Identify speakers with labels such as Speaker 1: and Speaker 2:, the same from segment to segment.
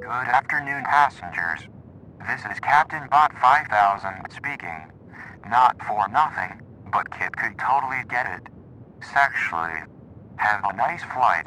Speaker 1: Good afternoon, passengers. This is Captain Bot 5000 speaking. Not for nothing, but Kit could totally get it. Sexually. Have a nice flight.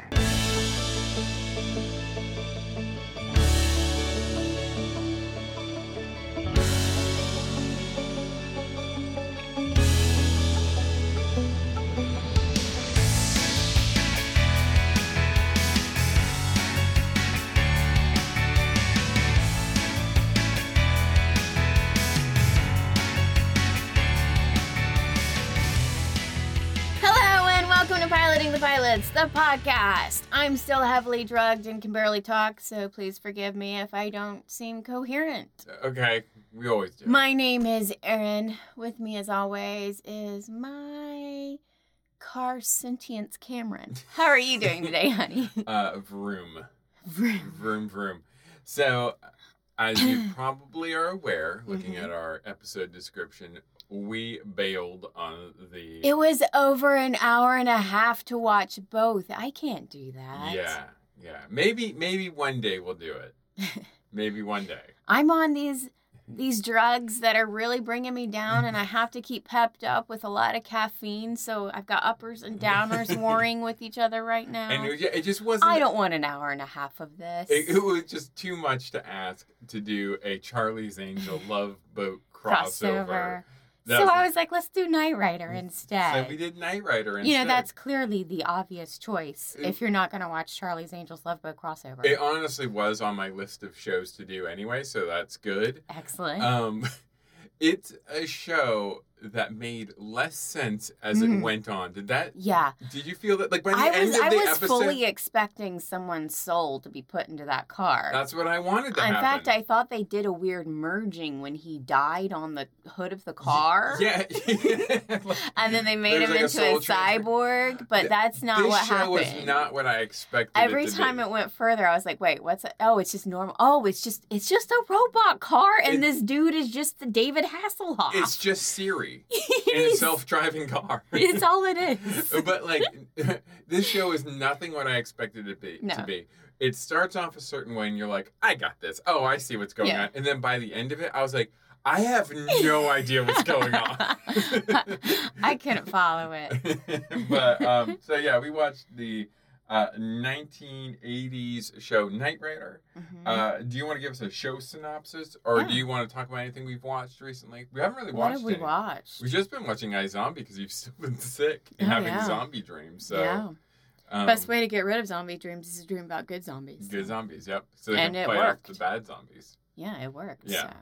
Speaker 2: Hello and welcome to Piloting the Pilots, the podcast. I'm still heavily drugged and can barely talk, so please forgive me if I don't seem coherent.
Speaker 3: Okay, we always do.
Speaker 2: My name is Erin. With me, as always, is my car sentience Cameron. How are you doing today, honey?
Speaker 3: uh, vroom, vroom, vroom. So, as you probably are aware, looking
Speaker 2: Mhm.
Speaker 3: at our episode description, we bailed on the
Speaker 2: It was over an hour and a half to watch both. I can't do that.
Speaker 3: yeah, yeah. Maybe, maybe one day we'll do it. maybe one day.
Speaker 2: I'm on these
Speaker 3: Mm-hmm.
Speaker 2: these drugs that are really bringing me down and I have to keep pepped up with a lot of caffeine, so I've got uppers and downers warring with each other right now.
Speaker 3: Mm-hmm. And it, it just wasn't.
Speaker 2: Uh, I don't want an hour and a half of this.
Speaker 3: It, it was just too much to ask to do a Charlie's Angel love boat crossover. That Mm-hmm.
Speaker 2: So I was like, let's do Knight Rider instead.
Speaker 3: So we did Knight Rider instead.
Speaker 2: you know, that's clearly the obvious choice
Speaker 3: It-
Speaker 2: if you're not going to watch Charlie's Angels Love Boat crossover.
Speaker 3: It honestly was on my list of shows to do anyway, so that's good.
Speaker 2: Excellent.
Speaker 3: Um, it's a show that made less sense as
Speaker 2: Mhm.
Speaker 3: it went on. Did that?
Speaker 2: yeah.
Speaker 3: Did you feel that? Like by the
Speaker 2: I
Speaker 3: end
Speaker 2: was
Speaker 3: of
Speaker 2: I
Speaker 3: the
Speaker 2: was
Speaker 3: episode,
Speaker 2: fully expecting someone's soul to be put into that car.
Speaker 3: that's what I wanted to
Speaker 2: In
Speaker 3: happen.
Speaker 2: fact, I thought they did a weird merging when he died on the hood of the car.
Speaker 3: yeah.
Speaker 2: And then they made
Speaker 3: There
Speaker 2: him
Speaker 3: was,
Speaker 2: into
Speaker 3: like,
Speaker 2: a,
Speaker 3: soul transfer.
Speaker 2: cyborg, but
Speaker 3: Th-
Speaker 2: that's not
Speaker 3: this
Speaker 2: what
Speaker 3: show
Speaker 2: happened.
Speaker 3: was not what I expected.
Speaker 2: Every
Speaker 3: it to
Speaker 2: time
Speaker 3: be.
Speaker 2: it went further, I was like, "Wait, what's? It? Oh, it's just normal. Oh, it's just it's just a robot car, and
Speaker 3: It-
Speaker 2: this dude is just the David Hasselhoff.
Speaker 3: it's just Siri in a
Speaker 2: He's-
Speaker 3: self-driving car.
Speaker 2: it's all it is.
Speaker 3: but like this show is nothing what I expected it be,
Speaker 2: No.
Speaker 3: to be. It starts off a certain way, and you're like, "I got this." Oh, I see what's going
Speaker 2: Yeah.
Speaker 3: on. And then by the end of it, I was like, "I have no idea what's going on."
Speaker 2: I couldn't follow it.
Speaker 3: but um, so yeah, we watched the uh, 1980s show Knight Rider.
Speaker 2: Mhm.
Speaker 3: Uh, do you want to give us a show synopsis, or do
Speaker 2: Yeah.
Speaker 3: you want to talk about anything we've watched recently? We haven't really
Speaker 2: what
Speaker 3: watched.
Speaker 2: have we
Speaker 3: any.
Speaker 2: watched?
Speaker 3: We've just been watching iZombie because you've still been sick and
Speaker 2: Oh,
Speaker 3: having
Speaker 2: yeah.
Speaker 3: zombie dreams. So
Speaker 2: yeah,
Speaker 3: um,
Speaker 2: best way to get rid of zombie dreams is to dream about good zombies.
Speaker 3: Good zombies, yep. So they
Speaker 2: And
Speaker 3: can
Speaker 2: it
Speaker 3: fight
Speaker 2: worked.
Speaker 3: off the bad zombies.
Speaker 2: Yeah, it worked.
Speaker 3: Yeah.
Speaker 2: so.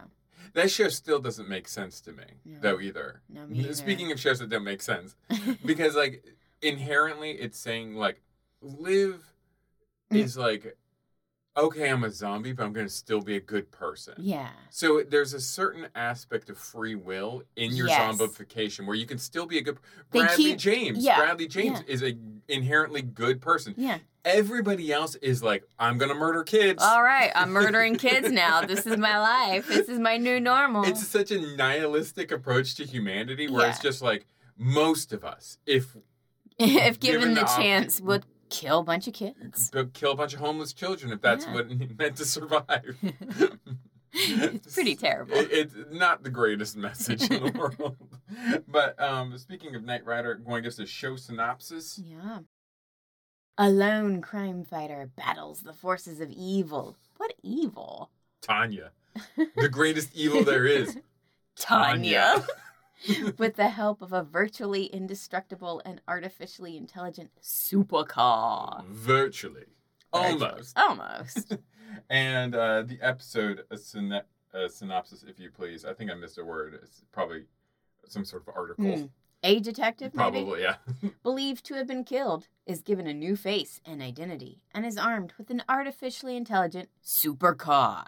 Speaker 3: That show still doesn't make sense to me,
Speaker 2: No.
Speaker 3: though, either.
Speaker 2: No, me either.
Speaker 3: Speaking of shows that don't make sense, because, like, inherently it's saying, like, live
Speaker 2: Mm.
Speaker 3: is like, okay, I'm a zombie, but I'm going to still be a good person.
Speaker 2: yeah,
Speaker 3: So there's a certain aspect of free will in your
Speaker 2: Yes.
Speaker 3: zombification where you can still be a good
Speaker 2: They
Speaker 3: Bradley
Speaker 2: keep-
Speaker 3: James.
Speaker 2: yeah,
Speaker 3: Bradley James is a inherently good person.
Speaker 2: yeah.
Speaker 3: Everybody else is like, I'm gonna murder kids.
Speaker 2: All right, I'm murdering kids now. This is my life. This is my new normal.
Speaker 3: It's such a nihilistic approach to humanity where it's
Speaker 2: Yeah.
Speaker 3: just like most of us, if
Speaker 2: if given,
Speaker 3: given
Speaker 2: the,
Speaker 3: the op-
Speaker 2: chance, would kill a bunch of kids.
Speaker 3: b- kill a bunch of homeless children, if that's
Speaker 2: Yeah.
Speaker 3: what it meant to survive.
Speaker 2: it's pretty terrible.
Speaker 3: It- It's not the greatest message in the world. But um, speaking of Knight Rider, going to give us a show synopsis.
Speaker 2: Yeah. A lone crime fighter battles the forces of evil. What evil?
Speaker 3: Tanya, the greatest evil there is. Tanya.
Speaker 2: With the help of a virtually indestructible and artificially intelligent supercar.
Speaker 3: Mm. Virtually. Almost.
Speaker 2: Almost.
Speaker 3: And uh, the episode a syna- a synopsis, if you please. I think I missed a word. It's probably some sort of article.
Speaker 2: Hmm. A detective, maybe?
Speaker 3: Probably, yeah.
Speaker 2: believed to have been killed, is given a new face and identity, and is armed with an artificially intelligent supercar.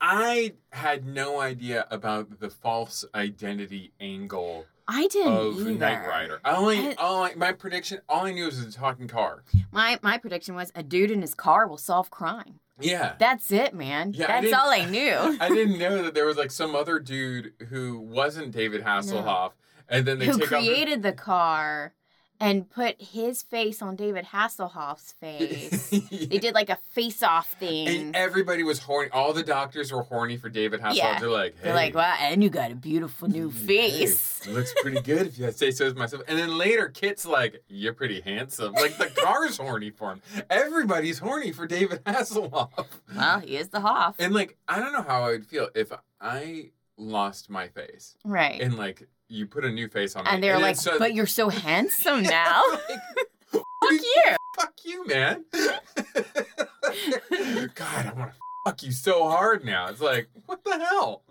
Speaker 3: I had no idea about the false identity angle
Speaker 2: I didn't
Speaker 3: of
Speaker 2: either.
Speaker 3: Oh, Knight Rider. I only,
Speaker 2: I-
Speaker 3: all I, my prediction, all I knew was a talking car.
Speaker 2: My my prediction was a dude in his car will solve crime.
Speaker 3: Yeah.
Speaker 2: That's it, man.
Speaker 3: Yeah, I
Speaker 2: That's
Speaker 3: didn't-
Speaker 2: all I knew.
Speaker 3: I didn't know that there was like some other dude who wasn't David Hasselhoff, and then they
Speaker 2: Who
Speaker 3: take off.
Speaker 2: created the car and put his face on David Hasselhoff's face. They did like a face-off thing.
Speaker 3: And everybody was horny. All the doctors were horny for David Hasselhoff.
Speaker 2: Yeah.
Speaker 3: They're like, hey,
Speaker 2: They're like, wow, and you got a beautiful new
Speaker 3: hey,
Speaker 2: face.
Speaker 3: looks pretty good if I say so myself. And then later, Kit's like, you're pretty handsome. Like the car's horny for him. Everybody's horny for David Hasselhoff.
Speaker 2: Well, he is the Hoff.
Speaker 3: And like, I don't know how I would feel if I lost my face
Speaker 2: right. And,
Speaker 3: and like you put a new face on me.
Speaker 2: they're
Speaker 3: then
Speaker 2: like,
Speaker 3: so-
Speaker 2: but you're so handsome now.
Speaker 3: Like,
Speaker 2: Fuck you.
Speaker 3: fuck you, man. God, I want to fuck you so hard now. It's like, what the hell?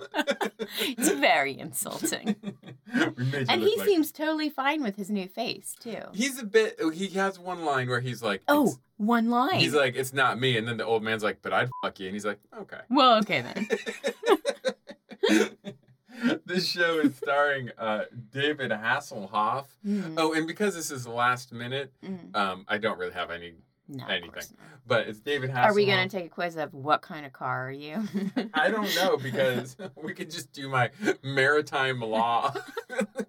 Speaker 2: It's very insulting.
Speaker 3: We made you
Speaker 2: And
Speaker 3: look
Speaker 2: he
Speaker 3: like-
Speaker 2: seems totally fine with his new face, too.
Speaker 3: He's a bit. He has one line where he's like,
Speaker 2: Oh,
Speaker 3: it's-
Speaker 2: one line.
Speaker 3: he's like, it's not me. And then the old man's like, but I'd fuck you. And he's like, okay.
Speaker 2: well, okay then.
Speaker 3: this show is starring uh, David Hasselhoff.
Speaker 2: Mm,
Speaker 3: Oh, and because this is the last minute,
Speaker 2: mm.
Speaker 3: um, I don't really have any,
Speaker 2: No, of
Speaker 3: anything.
Speaker 2: course not.
Speaker 3: but it's David Hasselhoff.
Speaker 2: Are we going to take a quiz of what kind of car are you?
Speaker 3: I don't know because we could just do my maritime law.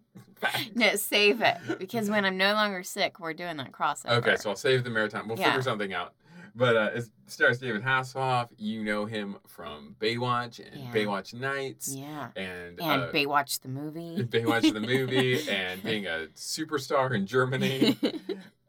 Speaker 2: no, save it because when I'm no longer sick, we're doing that crossover.
Speaker 3: okay, so I'll save the maritime. We'll
Speaker 2: Yeah.
Speaker 3: figure something out. But uh, it stars David Hasselhoff. You know him from Baywatch and
Speaker 2: Yeah.
Speaker 3: Baywatch Nights
Speaker 2: yeah,
Speaker 3: and,
Speaker 2: and
Speaker 3: uh,
Speaker 2: Baywatch the movie.
Speaker 3: Baywatch the movie and being a superstar in Germany.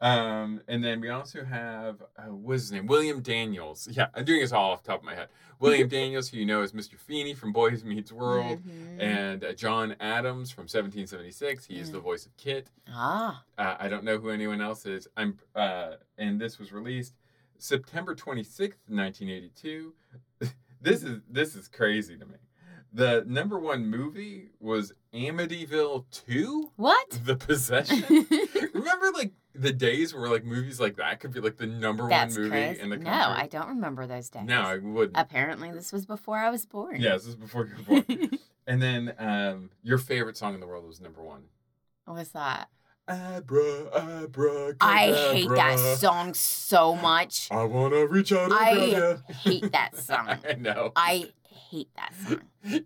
Speaker 3: Um, and then we also have uh, what is his name? William Daniels. Yeah, I'm doing this all off the top of my head. William Daniels, who you know as Mr. Feeney from Boys Meets World,
Speaker 2: Mhm.
Speaker 3: and uh, John Adams from 1776. He is
Speaker 2: Yeah.
Speaker 3: the voice of Kit.
Speaker 2: ah,
Speaker 3: Uh, I don't know who anyone else is. I'm uh, and this was released September 26th, 1982. this is this is crazy to me. The number one movie was Amityville 2:
Speaker 2: what?
Speaker 3: The Possession. Remember, like the days where like movies like that could be like the number
Speaker 2: That's
Speaker 3: one movie
Speaker 2: crazy.
Speaker 3: in the
Speaker 2: no,
Speaker 3: country.
Speaker 2: I don't remember those days.
Speaker 3: no, I wouldn't.
Speaker 2: Apparently, this was before I was born.
Speaker 3: yeah, this is before you were born. and then um, your favorite song in the world was number one.
Speaker 2: What's that?
Speaker 3: Abra, abra,
Speaker 2: I
Speaker 3: uh,
Speaker 2: hate that song so much.
Speaker 3: I wanna reach out and
Speaker 2: I
Speaker 3: grab ya.
Speaker 2: hate that song.
Speaker 3: I know.
Speaker 2: I hate that song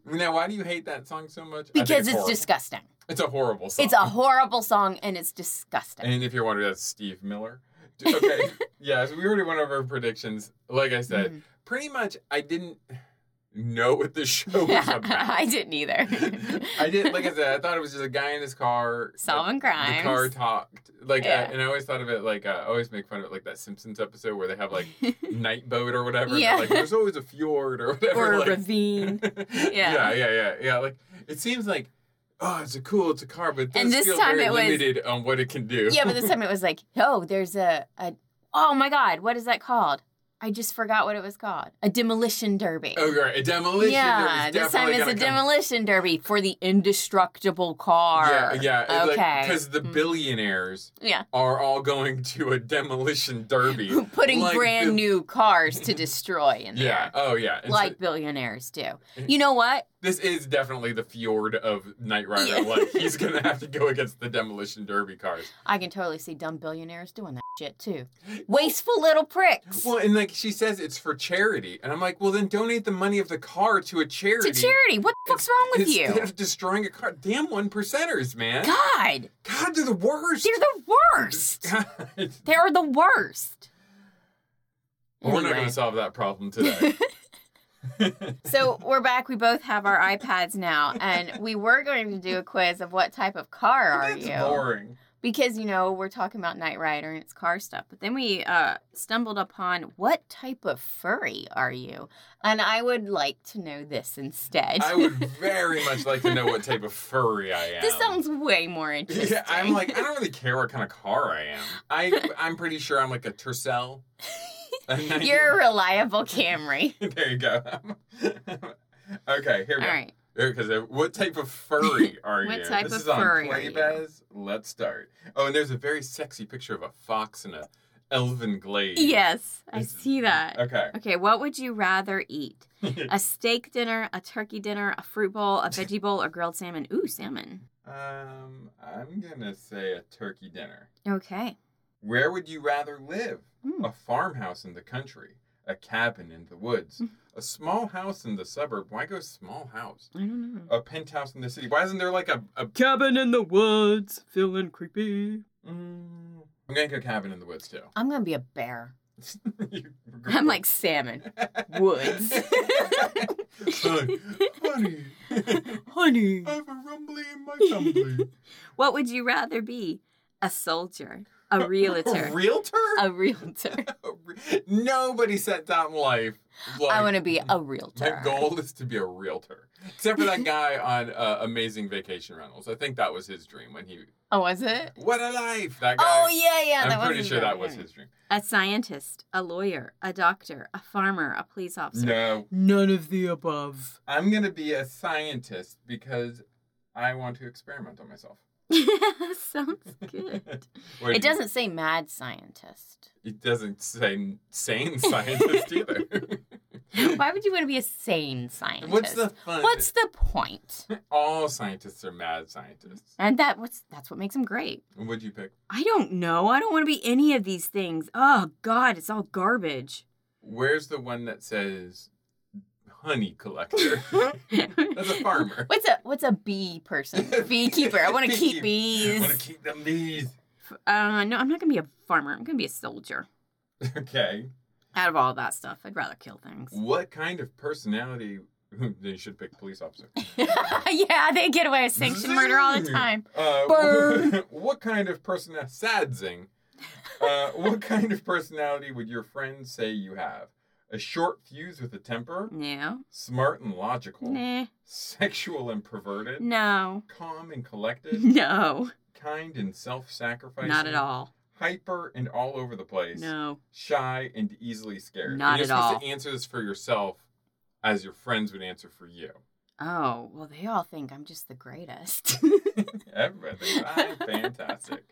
Speaker 3: Now, why do you hate that song so much? I think
Speaker 2: because it's
Speaker 3: horrible.
Speaker 2: disgusting.
Speaker 3: it's a horrible song.
Speaker 2: It's a horrible song and it's disgusting.
Speaker 3: And if you're wondering, that's Steve Miller. D- Okay. yeah, so we already went over our predictions. Like I said,
Speaker 2: Mhm.
Speaker 3: pretty much I didn't know what the show was about.
Speaker 2: Mm-hmm. I didn't either.
Speaker 3: I did like I said, I thought it was just a guy in his car
Speaker 2: Solving
Speaker 3: like, The car
Speaker 2: crimes.
Speaker 3: talked like,
Speaker 2: Yeah.
Speaker 3: uh, and I always thought of it like uh, I always make fun of it like that Simpsons episode where they have like night boat or whatever. and they're
Speaker 2: Yeah.
Speaker 3: Like there's always a fjord or whatever.
Speaker 2: or a
Speaker 3: like,
Speaker 2: ravine.
Speaker 3: yeah, yeah, yeah, yeah. Like it seems like oh, it's a cool, it's a car, but it does
Speaker 2: And this
Speaker 3: feel
Speaker 2: time
Speaker 3: very
Speaker 2: it was-
Speaker 3: limited on what it can do.
Speaker 2: yeah, but this time it was like, oh, there's a, a oh my god, what is that called? I just forgot what it was called. A demolition derby.
Speaker 3: Oh, right, a demolition.
Speaker 2: yeah,
Speaker 3: derby's
Speaker 2: this time
Speaker 3: definitely
Speaker 2: it's a
Speaker 3: gonna come.
Speaker 2: demolition derby for the indestructible car.
Speaker 3: Yeah, yeah.
Speaker 2: Okay. Mm.
Speaker 3: Because the billionaires
Speaker 2: Yeah.
Speaker 3: are all going to a demolition derby.
Speaker 2: Putting
Speaker 3: Like
Speaker 2: brand
Speaker 3: the-
Speaker 2: new cars to destroy in there.
Speaker 3: Yeah. Oh, yeah. And so
Speaker 2: Like billionaires do. You know what?
Speaker 3: this is definitely the fjord of Knight Rider.
Speaker 2: Yeah.
Speaker 3: Like he's gonna have to go against the demolition derby cars.
Speaker 2: I can totally see dumb billionaires doing that shit too. Wasteful little pricks.
Speaker 3: Well, and like she says, it's for charity, and I'm like, well, then donate the money of the car to a charity.
Speaker 2: to charity. What the fuck's wrong with
Speaker 3: Instead
Speaker 2: you?
Speaker 3: of destroying a car, damn one percenters, man. God,
Speaker 2: God,
Speaker 3: they're the worst.
Speaker 2: they're the worst.
Speaker 3: God.
Speaker 2: They are the worst.
Speaker 3: We're not
Speaker 2: Anyway.
Speaker 3: going to solve that problem today.
Speaker 2: So we're back. We both have our iPads now, and we were going to do a quiz of what type of car are
Speaker 3: That's
Speaker 2: you?
Speaker 3: boring.
Speaker 2: Because you know we're talking about Knight Rider and its car stuff, but then we uh, stumbled upon what type of furry are you? And I would like to know this instead.
Speaker 3: I would very much like to know what type of furry I am.
Speaker 2: this sounds way more interesting.
Speaker 3: Yeah, I'm like, I don't really care what kind of car I am. I I'm pretty sure I'm like a Tercel. A 90
Speaker 2: you're a reliable Camry.
Speaker 3: there you go. okay, here we
Speaker 2: All right.
Speaker 3: go. Because uh, what type of furry are
Speaker 2: What
Speaker 3: you?
Speaker 2: type
Speaker 3: this
Speaker 2: of
Speaker 3: is on
Speaker 2: furry are you?
Speaker 3: Playbaz. Let's start. Oh, and there's a very sexy picture of a fox in a elven glade.
Speaker 2: Yes, I
Speaker 3: This-
Speaker 2: see that.
Speaker 3: Okay.
Speaker 2: Okay, what would you rather eat? A steak dinner, a turkey dinner, a fruit bowl, a veggie bowl, or grilled salmon? Ooh, salmon.
Speaker 3: Um, I'm gonna say a turkey dinner.
Speaker 2: Okay.
Speaker 3: Where would you rather live?
Speaker 2: Hmm.
Speaker 3: A farmhouse in the country, a cabin in the woods, a small house in the suburb. Why go small house?
Speaker 2: I don't know.
Speaker 3: A penthouse in the city. Why isn't there like a, a
Speaker 4: Cabin in the woods, feeling creepy.
Speaker 3: Mm, I'm gonna go cabin in the woods too.
Speaker 2: I'm gonna be a bear.
Speaker 3: You-
Speaker 4: I'm like salmon. woods.
Speaker 3: Hi, honey, I
Speaker 4: Honey.
Speaker 3: have a rumbly in my tumbly.
Speaker 4: What would you rather be? A soldier, a
Speaker 3: A
Speaker 4: realtor,
Speaker 3: realtor?
Speaker 4: a realtor.
Speaker 3: A re- Nobody set down life. Like,
Speaker 4: I want to be a realtor.
Speaker 3: My goal is to be a realtor, except for that guy on uh, Amazing Vacation Rentals. I think that was his dream when he.
Speaker 2: Oh, was it?
Speaker 3: What a life! That guy.
Speaker 2: Oh yeah, yeah. that
Speaker 3: I'm
Speaker 2: was
Speaker 3: pretty
Speaker 2: his
Speaker 3: sure
Speaker 2: brother,
Speaker 3: that was
Speaker 2: yeah.
Speaker 3: his dream.
Speaker 4: A scientist, a lawyer, a doctor, a farmer, a police officer.
Speaker 3: No,
Speaker 4: None of the above.
Speaker 3: I'm gonna be a scientist because I want to experiment on myself.
Speaker 4: Sounds good.
Speaker 3: What
Speaker 2: It
Speaker 3: do you-
Speaker 2: doesn't say mad scientist.
Speaker 3: It doesn't say sane scientist either.
Speaker 2: Why would you want to be a sane scientist?
Speaker 3: What's the fun?
Speaker 2: What's the point?
Speaker 3: all scientists are mad scientists?
Speaker 4: And that what's that's what makes them great.
Speaker 3: Would you pick?
Speaker 4: I don't know. I don't want to be any of these things. Oh God, it's all garbage.
Speaker 3: Where's the one that says honey collector? That's a farmer.
Speaker 2: What's a what's a bee person? Beekeeper. I want to keep
Speaker 3: I
Speaker 2: bees.
Speaker 3: want to keep them bees.
Speaker 4: Uh, no, I'm not gonna be a farmer. I'm gonna be a soldier.
Speaker 3: Okay.
Speaker 4: Out of all that stuff, I'd rather kill things.
Speaker 3: What kind of personality? They should pick police officer.
Speaker 2: yeah, they get away with sanctioned murder all the
Speaker 3: Zing.
Speaker 2: time.
Speaker 3: Uh,
Speaker 2: Burn.
Speaker 3: what kind of personality? Sad zing. Uh, what kind of personality would your friends say you have? A short fuse with a temper,
Speaker 4: No,
Speaker 3: smart and logical,
Speaker 4: nah,
Speaker 3: sexual and perverted,
Speaker 4: no,
Speaker 3: calm and collected,
Speaker 4: no,
Speaker 3: kind and self-sacrificing,
Speaker 4: not at all.
Speaker 3: hyper and all over the place,
Speaker 4: No,
Speaker 3: shy and easily scared.
Speaker 4: Not
Speaker 3: and you're
Speaker 4: at
Speaker 3: supposed To
Speaker 4: all.
Speaker 3: answer this for yourself, as your friends would answer for you.
Speaker 4: oh,
Speaker 2: Well, they all think I'm just the greatest.
Speaker 3: Everybody, I'm fantastic.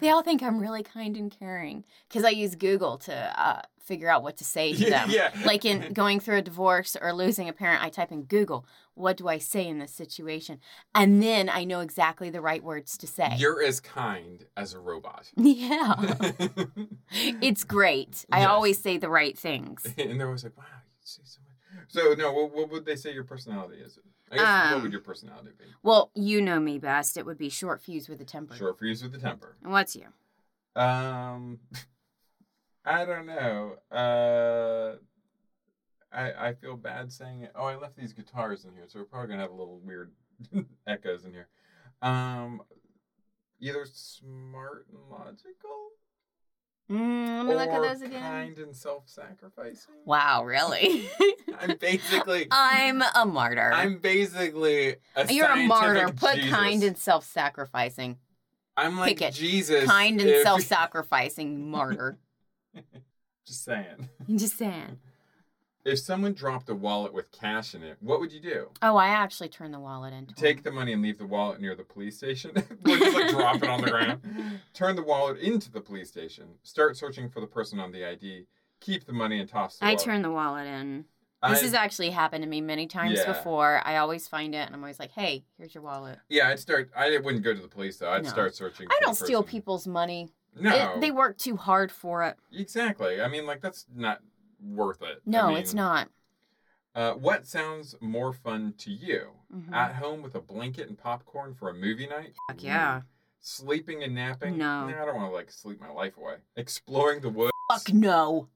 Speaker 2: they all think I'm really kind and caring because I use Google to uh, figure out what to say to them.
Speaker 3: yeah.
Speaker 2: Like in going through a divorce or losing a parent, I type in Google, what do I say in this situation? And then I know exactly the right words to say.
Speaker 3: You're as kind as a robot.
Speaker 2: yeah.
Speaker 3: and
Speaker 2: It's great. I
Speaker 3: Yes.
Speaker 2: always say the right things.
Speaker 3: they're always like, wow, you say so much. So, no, what, what would they say your personality is? I guess, what
Speaker 4: Um,
Speaker 3: would your personality be?
Speaker 4: well,
Speaker 2: You know me best. It would be short fuse with a temper.
Speaker 3: Short fuse with the temper.
Speaker 4: and what's you?
Speaker 3: Um, I don't know. Uh, I I feel bad saying it. Oh, I left these guitars in here, so we're probably gonna have a little weird echoes in here. Um, either smart and logical,
Speaker 2: Mm, let me
Speaker 3: or
Speaker 2: look at those again.
Speaker 3: kind and self-sacrificing.
Speaker 2: Wow, really?
Speaker 3: I'm basically.
Speaker 2: I'm a martyr.
Speaker 3: I'm basically a
Speaker 2: You're a martyr.
Speaker 3: scientific
Speaker 2: Put
Speaker 3: Jesus.
Speaker 2: kind and self sacrificing.
Speaker 3: I'm like
Speaker 2: pick it.
Speaker 3: Jesus.
Speaker 2: kind and
Speaker 3: if-
Speaker 2: self sacrificing martyr.
Speaker 3: Just saying.
Speaker 4: Just saying.
Speaker 3: If someone dropped a wallet with cash in it, what would you do?
Speaker 2: Oh, I actually turned the wallet into
Speaker 3: Take the money and leave the wallet near the police station. or just like drop it on the ground. Turn the wallet into the police station. Start searching for the person on the ID. Keep the money and toss the
Speaker 4: I
Speaker 3: wallet.
Speaker 4: turn the wallet in.
Speaker 2: This
Speaker 3: I-
Speaker 2: has actually happened to me many times
Speaker 3: Yeah.
Speaker 2: before. I always find it and I'm always like, hey, here's your wallet.
Speaker 3: yeah, I'd start. I wouldn't go to the police though. I'd
Speaker 2: No.
Speaker 3: start searching.
Speaker 2: I
Speaker 3: for the
Speaker 2: don't steal
Speaker 3: person.
Speaker 2: people's money.
Speaker 3: No,
Speaker 2: It- they work too hard for it.
Speaker 3: exactly. I mean, like that's not worth it. I
Speaker 2: No,
Speaker 3: mean,
Speaker 2: it's not.
Speaker 3: Uh, what sounds more fun to you?
Speaker 2: Hmm.
Speaker 4: Mhm.
Speaker 3: At home with a blanket and popcorn for a movie night?
Speaker 4: Fuck yeah.
Speaker 3: Sleeping and napping?
Speaker 4: No.
Speaker 3: Nah, I don't want to like sleep my life away. Exploring the woods.
Speaker 2: Fuck no.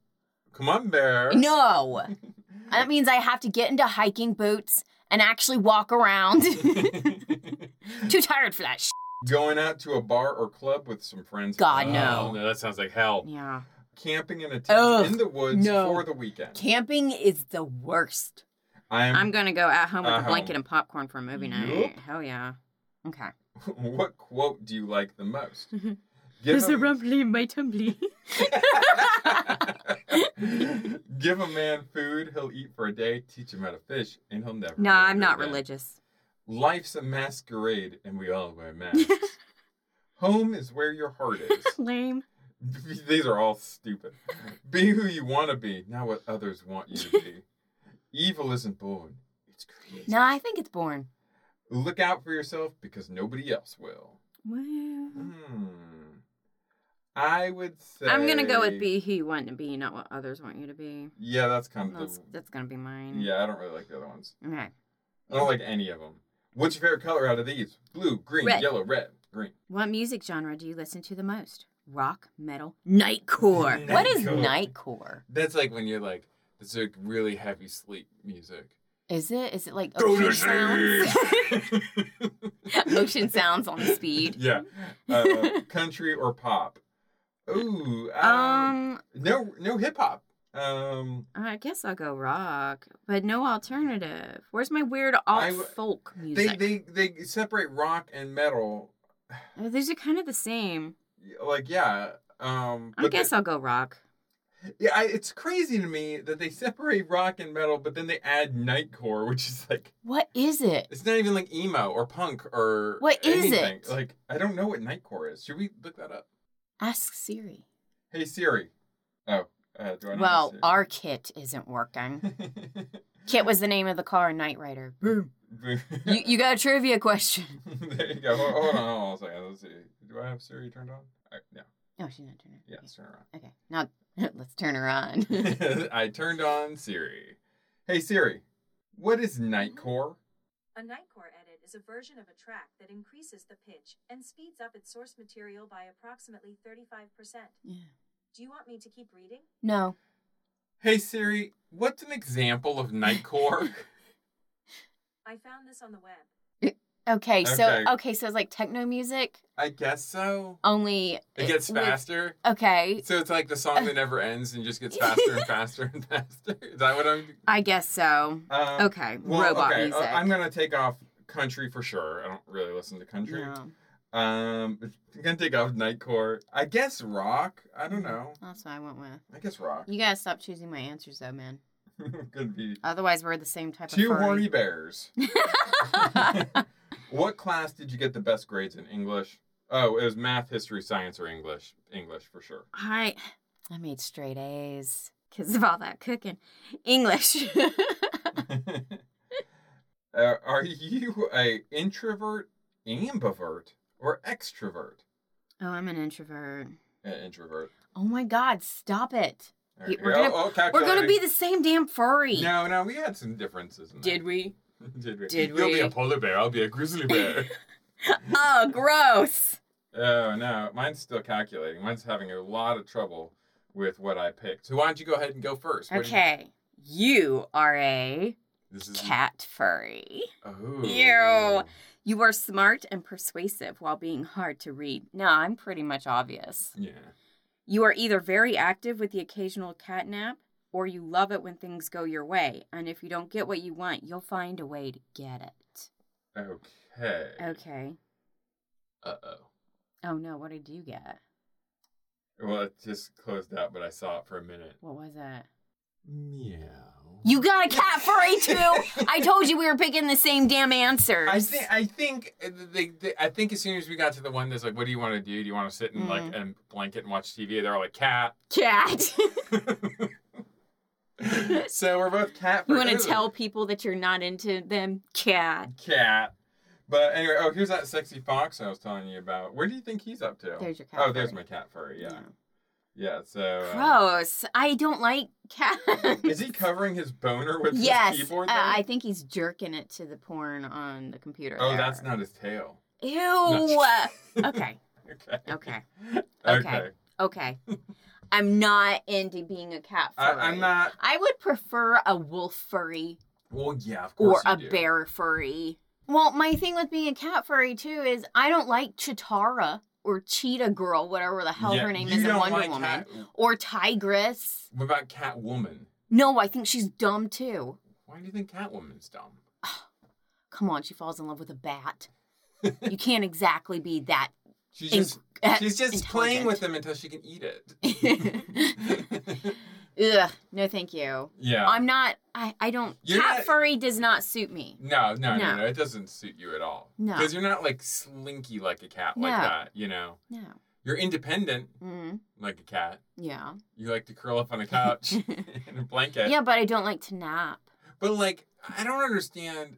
Speaker 3: Come on, bear.
Speaker 2: No. that means I have to get into hiking boots and actually walk around. too tired for that shit.
Speaker 3: Going out to a bar or club with some friends.
Speaker 2: God,
Speaker 3: Oh,
Speaker 2: no.
Speaker 3: That sounds like hell.
Speaker 4: Yeah.
Speaker 3: Camping in a tent
Speaker 2: Ugh,
Speaker 3: in the woods
Speaker 2: no.
Speaker 3: for the weekend.
Speaker 2: Camping is the worst.
Speaker 3: I'm.
Speaker 4: I'm gonna go at home with
Speaker 3: At
Speaker 4: a blanket
Speaker 3: home.
Speaker 4: and popcorn for a movie night.
Speaker 3: Yup.
Speaker 4: Hell yeah. Okay.
Speaker 3: What quote do you like the most? Give a-
Speaker 4: in my tumbly.
Speaker 3: Give a man food, he'll eat for a day. Teach him how to fish, and he'll never.
Speaker 4: No,
Speaker 3: be
Speaker 4: I'm
Speaker 3: hungry
Speaker 4: not
Speaker 3: again.
Speaker 4: religious.
Speaker 3: Life's a masquerade, and we all wear masks. Home is where your heart is.
Speaker 4: Lame.
Speaker 3: These are all stupid. Be who you want to be, not what others want you to be. Evil isn't born; it's created.
Speaker 2: No, I think it's born.
Speaker 3: Look out for yourself because nobody else will.
Speaker 4: Well,
Speaker 3: Hmm. I would say.
Speaker 4: I'm gonna go with be who you want to be, not what others want you to be.
Speaker 3: Yeah, that's kind of
Speaker 4: That's
Speaker 3: the.
Speaker 4: that's gonna be mine.
Speaker 3: Yeah, I don't really like the other ones.
Speaker 4: Okay.
Speaker 3: I don't like any of them. What's your favorite color out of these? Blue, green,
Speaker 4: Red.
Speaker 3: yellow, red. Green.
Speaker 4: What music genre do you listen to the most? Rock, metal, nightcore.
Speaker 2: What is
Speaker 3: Nightcore.
Speaker 2: nightcore?
Speaker 3: That's like when you're like, it's like really heavy sleep music.
Speaker 2: Is it? Is it like
Speaker 3: Go to
Speaker 2: ocean sounds?
Speaker 3: sleep.
Speaker 2: ocean sounds on speed.
Speaker 3: Yeah. Uh, country or pop? Ooh. Um,
Speaker 4: um,
Speaker 3: no, no hip hop. Um,
Speaker 4: I guess I'll go rock, but no alternative. Where's my weird
Speaker 3: I
Speaker 4: alt
Speaker 3: w-
Speaker 4: folk
Speaker 3: they,
Speaker 4: music?
Speaker 3: they they separate rock and metal.
Speaker 4: Uh, These are kind of the same.
Speaker 3: Like yeah. Um,
Speaker 4: I
Speaker 3: but
Speaker 4: guess I'll go rock.
Speaker 3: the- yeah, I, it's crazy to me that they separate rock and metal, but then they add nightcore, which is like
Speaker 2: What is it?
Speaker 3: it's not even like emo or punk or
Speaker 2: What is
Speaker 3: anything.
Speaker 2: it?
Speaker 3: Like I don't know what nightcore is. Should we look that up?
Speaker 2: Ask Siri.
Speaker 3: Hey Siri. Oh, uh, do I not have
Speaker 2: Well,
Speaker 3: Siri?
Speaker 2: our kit isn't working. Kit was the name of the car in Knight Rider. Boom. You, you got a trivia question.
Speaker 3: there you go. Hold, hold on, hold on a second. Let's see. Do I have Siri turned on? I, no.
Speaker 2: Oh, she's not turning.
Speaker 3: Yeah, it's turned on.
Speaker 2: Okay. Now let's turn her on.
Speaker 3: I turned on Siri. Hey Siri, what is Nightcore?
Speaker 5: A nightcore edit is a version of a track that increases the pitch and speeds up its source material by approximately 35%.
Speaker 2: yeah.
Speaker 5: Do you want me to keep reading?
Speaker 2: No.
Speaker 3: Hey Siri, what's an example of Nightcore?
Speaker 5: I found this on the web.
Speaker 2: Okay, so
Speaker 3: Okay.
Speaker 2: okay, so it's like techno music
Speaker 3: I guess so.
Speaker 2: only
Speaker 3: It gets
Speaker 2: with-
Speaker 3: faster.
Speaker 2: okay.
Speaker 3: So it's like the song that never ends and just gets faster and faster and faster. Is that what I'm?
Speaker 4: I guess so.
Speaker 3: Um,
Speaker 4: Okay, robot
Speaker 3: uh,
Speaker 4: music.
Speaker 3: I'm gonna take off country for sure. I don't really listen to country.
Speaker 4: No,
Speaker 3: Um, I'm gonna take off nightcore. I guess rock. I
Speaker 4: Mm.
Speaker 3: don't know.
Speaker 2: That's what I went with.
Speaker 3: I guess rock.
Speaker 2: You gotta stop choosing my answers though, man.
Speaker 3: Could be
Speaker 2: Otherwise, we're the same type
Speaker 3: two
Speaker 2: of furry.
Speaker 3: horny bears. what class did you get the best grades in English? Oh, it was math, history, science, or English. English for sure.
Speaker 4: I
Speaker 2: I made straight A's.
Speaker 4: because of all that cooking. English.
Speaker 2: Oh,
Speaker 3: uh, are you a introvert, ambivert, or extrovert?
Speaker 4: oh, I'm an introvert.
Speaker 3: Uh, introvert.
Speaker 2: Oh my God! Stop it.
Speaker 3: Okay,
Speaker 4: we're gonna-
Speaker 3: oh, oh,
Speaker 4: We're gonna
Speaker 3: calculating.
Speaker 4: be the same damn furry.
Speaker 3: No, no, we had some differences. In
Speaker 4: Did
Speaker 3: that.
Speaker 4: we?
Speaker 3: Did we?
Speaker 4: Did
Speaker 3: You'll be a
Speaker 4: we?
Speaker 3: polar bear. I'll be a grizzly bear.
Speaker 4: Oh, gross.
Speaker 3: oh no, mine's still calculating. Mine's having a lot of trouble with what I picked. So why don't you go ahead and go first? What do you-
Speaker 4: Okay, you are a
Speaker 3: this is
Speaker 4: cat furry.
Speaker 3: Oh.
Speaker 4: Ew. You are smart and persuasive while being hard to read. No, I'm pretty much obvious.
Speaker 3: Yeah.
Speaker 4: You are either very active with the occasional cat nap, or you love it when things go your way. And if you don't get what you want, you'll find a way to get it.
Speaker 3: Okay.
Speaker 4: Okay.
Speaker 3: Uh oh.
Speaker 4: Oh no, what did you get?
Speaker 3: Well, it just closed out, but I saw it for a minute.
Speaker 4: What was that?
Speaker 3: Meow.
Speaker 4: You got a cat furry too. I told you we were picking the same damn answers.
Speaker 3: I think I think uh, they, they, I think as soon as we got to the one that's like, what do you want to do? Do you want to sit in like
Speaker 4: Mm.
Speaker 3: a blanket and watch TV? They're all like cat.
Speaker 4: cat.
Speaker 3: so we're both cat.
Speaker 4: you want to
Speaker 3: furries.
Speaker 4: tell people that you're not into them? Cat.
Speaker 3: cat. But anyway, oh, here's that sexy fox I was telling you about. Where do you think he's up to?
Speaker 4: There's your cat
Speaker 3: Oh, there's
Speaker 4: furry.
Speaker 3: my cat furry. Yeah, yeah. so um,
Speaker 4: Gross. I don't like cats.
Speaker 3: is he covering his boner with
Speaker 4: yes,
Speaker 3: his keyboard?
Speaker 4: uh,
Speaker 3: thing?
Speaker 4: I think he's jerking it to the porn on the computer.
Speaker 3: Oh,
Speaker 4: there.
Speaker 3: that's not his tail.
Speaker 4: Ew.
Speaker 3: No.
Speaker 4: okay.
Speaker 3: Okay.
Speaker 4: Okay.
Speaker 3: Okay.
Speaker 4: Okay. Okay. I'm not into being a cat
Speaker 3: I,
Speaker 4: furry.
Speaker 3: I'm not.
Speaker 4: I would prefer a wolf furry
Speaker 3: Well, yeah, of
Speaker 4: or
Speaker 3: course.
Speaker 4: a
Speaker 3: you do.
Speaker 4: bear furry.
Speaker 2: Well, my thing with being a cat furry too is I don't like Chitara or Cheetah Girl, whatever the hell
Speaker 3: Yeah,
Speaker 2: her name
Speaker 3: you
Speaker 2: is in
Speaker 3: don't
Speaker 2: Wonder
Speaker 3: like
Speaker 2: Woman,
Speaker 3: cat-
Speaker 2: or Tigress.
Speaker 3: What about Catwoman?
Speaker 2: No, I think she's dumb too.
Speaker 3: Why do you think Catwoman's dumb?
Speaker 2: Come on, she falls in love with a bat. you can't exactly be that.
Speaker 3: She's
Speaker 2: In- uh,
Speaker 3: just she's just playing
Speaker 2: intelligent.
Speaker 3: with him until she can eat it.
Speaker 2: Ugh, no, thank you.
Speaker 3: yeah.
Speaker 4: I'm not. I, I don't.
Speaker 3: You're
Speaker 4: cat
Speaker 3: not-
Speaker 4: furry does not suit me.
Speaker 3: No, no, no,
Speaker 4: No.
Speaker 3: no. It doesn't suit you at all.
Speaker 4: No.
Speaker 3: Because you're not like slinky like a cat like
Speaker 4: No.
Speaker 3: that, you know?
Speaker 4: No.
Speaker 3: You're independent
Speaker 4: Mm,
Speaker 3: like a cat.
Speaker 4: yeah.
Speaker 3: You like to curl up on a couch in a blanket.
Speaker 4: Yeah, but I don't like to nap.
Speaker 3: But like, I don't understand.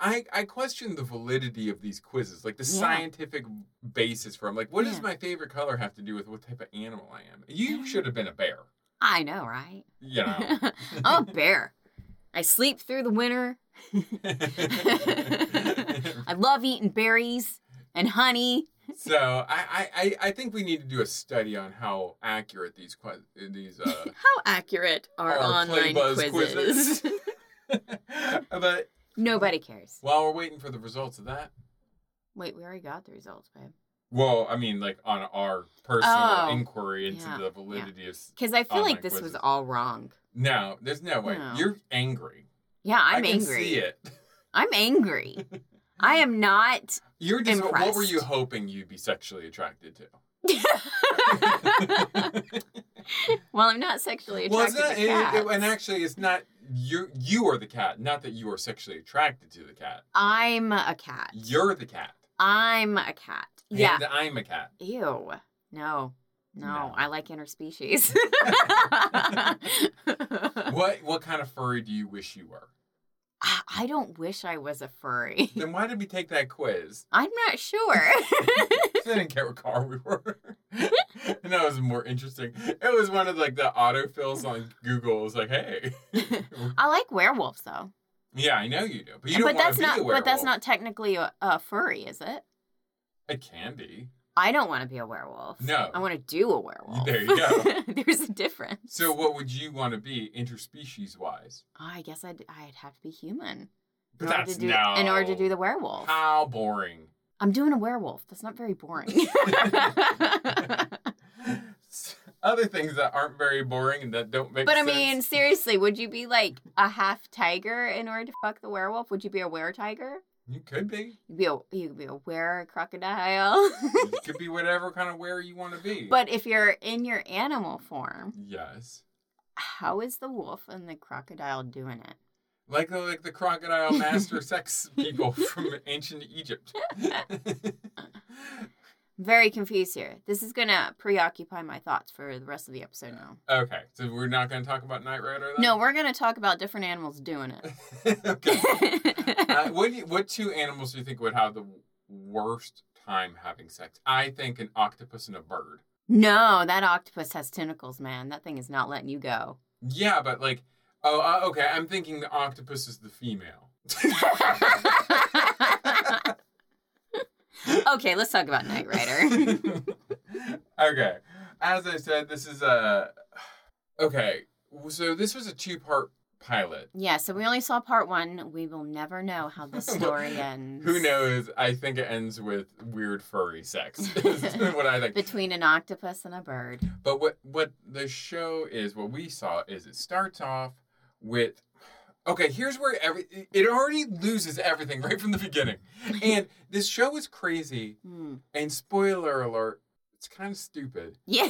Speaker 3: I, I question the validity of these quizzes, like the
Speaker 4: Yeah.
Speaker 3: scientific basis for them. Like, what does
Speaker 4: Yeah.
Speaker 3: my favorite color have to do with what type of animal I am? You should have been a bear,
Speaker 4: I know, right?
Speaker 3: you know?
Speaker 4: I'm a bear. I sleep through the winter. I love eating berries and honey.
Speaker 3: so I, I, I- I think we need to do a study on how accurate these que- these uh,
Speaker 6: How accurate are
Speaker 3: Our
Speaker 6: online
Speaker 3: Oh, Playbuzz
Speaker 6: quizzes?
Speaker 3: quizzes. but
Speaker 2: Nobody cares.
Speaker 3: while we're waiting for the results of that,
Speaker 2: Wait, we already got the results, babe.
Speaker 3: well, I mean, like on our personal
Speaker 2: Oh,
Speaker 3: inquiry into
Speaker 6: yeah,
Speaker 3: the validity of s-
Speaker 2: Because I feel
Speaker 3: Online
Speaker 2: like this was
Speaker 3: quizzes.
Speaker 2: all wrong.
Speaker 3: no, there's no way
Speaker 6: No.
Speaker 3: you're angry.
Speaker 2: Yeah, I'm
Speaker 3: I can
Speaker 2: angry.
Speaker 3: See it.
Speaker 2: I'm angry. I am not.
Speaker 3: You're just. What were you
Speaker 2: Impressed.
Speaker 3: hoping you'd be sexually attracted to?
Speaker 2: Well, I'm not sexually
Speaker 3: well,
Speaker 2: attracted
Speaker 3: it's not,
Speaker 2: to
Speaker 3: it- it-
Speaker 2: cats.
Speaker 3: and actually, it's not you. You are the cat, not that you are sexually attracted to the cat.
Speaker 2: I'm a cat.
Speaker 3: You're the cat.
Speaker 2: I'm a cat. Yeah.
Speaker 3: And I'm a cat.
Speaker 2: Ew. No. No.
Speaker 3: No.
Speaker 2: I like interspecies.
Speaker 3: What what kind of furry do you wish you were?
Speaker 2: I I don't wish I was a furry.
Speaker 3: Then why did we take that quiz?
Speaker 2: I'm not sure.
Speaker 3: I didn't care what car we were. and that was more interesting. It was one of like the autofills on Google. It was like, hey.
Speaker 2: I like werewolves though.
Speaker 3: yeah, I know you do, but you don't
Speaker 2: but
Speaker 3: want
Speaker 2: that's
Speaker 3: to be
Speaker 2: not
Speaker 3: a werewolf.
Speaker 2: but that's not technically a, a furry, is it?
Speaker 3: It can be.
Speaker 2: I don't want to be a werewolf.
Speaker 3: No.
Speaker 2: I want to do a werewolf.
Speaker 3: There you go.
Speaker 2: There's a difference.
Speaker 3: So, what would you want to be interspecies wise?
Speaker 2: Oh, I guess I'd I'd have to be human.
Speaker 3: But
Speaker 2: in order
Speaker 3: that's
Speaker 2: to do,
Speaker 3: no.
Speaker 2: in order to do the werewolf.
Speaker 3: How boring.
Speaker 2: I'm doing a werewolf. That's not very boring.
Speaker 3: Other things that aren't very boring and that don't make
Speaker 2: But I
Speaker 3: sense.
Speaker 2: mean, seriously, would you be like a half tiger in order to fuck the werewolf? Would you be a were tiger?
Speaker 3: you could be.
Speaker 2: You'd be a you could be a were crocodile.
Speaker 3: You could be whatever kind of where you want to be.
Speaker 2: but if you're in your animal form,
Speaker 3: yes.
Speaker 2: how is the wolf and the crocodile doing it?
Speaker 3: Like the like the crocodile master sex people from ancient Egypt.
Speaker 2: I'm very confused here. This is gonna preoccupy my thoughts for the rest of the episode now.
Speaker 3: okay, so we're not going to talk about Knight Rider. Then?
Speaker 2: No, we're gonna talk about different animals doing it.
Speaker 3: okay. Uh, what do you, what two animals do you think would have the worst time having sex? I think an octopus and a bird.
Speaker 2: no, that octopus has tentacles, man. That thing is not letting you go.
Speaker 3: Yeah, but like, oh, uh, okay. I'm thinking the octopus is the female.
Speaker 2: Okay, let's talk about Knight Rider.
Speaker 3: okay. As I said, this is a. Okay. So this was a two part pilot.
Speaker 2: yeah, so we only saw part one. We will never know how this story ends.
Speaker 3: Who knows? I think it ends with weird furry sex. is what I think.
Speaker 2: Between an octopus and a bird.
Speaker 3: But what what the show is, what we saw is it starts off with okay, here's where every it- it already loses everything right from the beginning. And this show is crazy
Speaker 2: Hmm.
Speaker 3: and spoiler alert, it's kind of stupid.
Speaker 2: Yeah.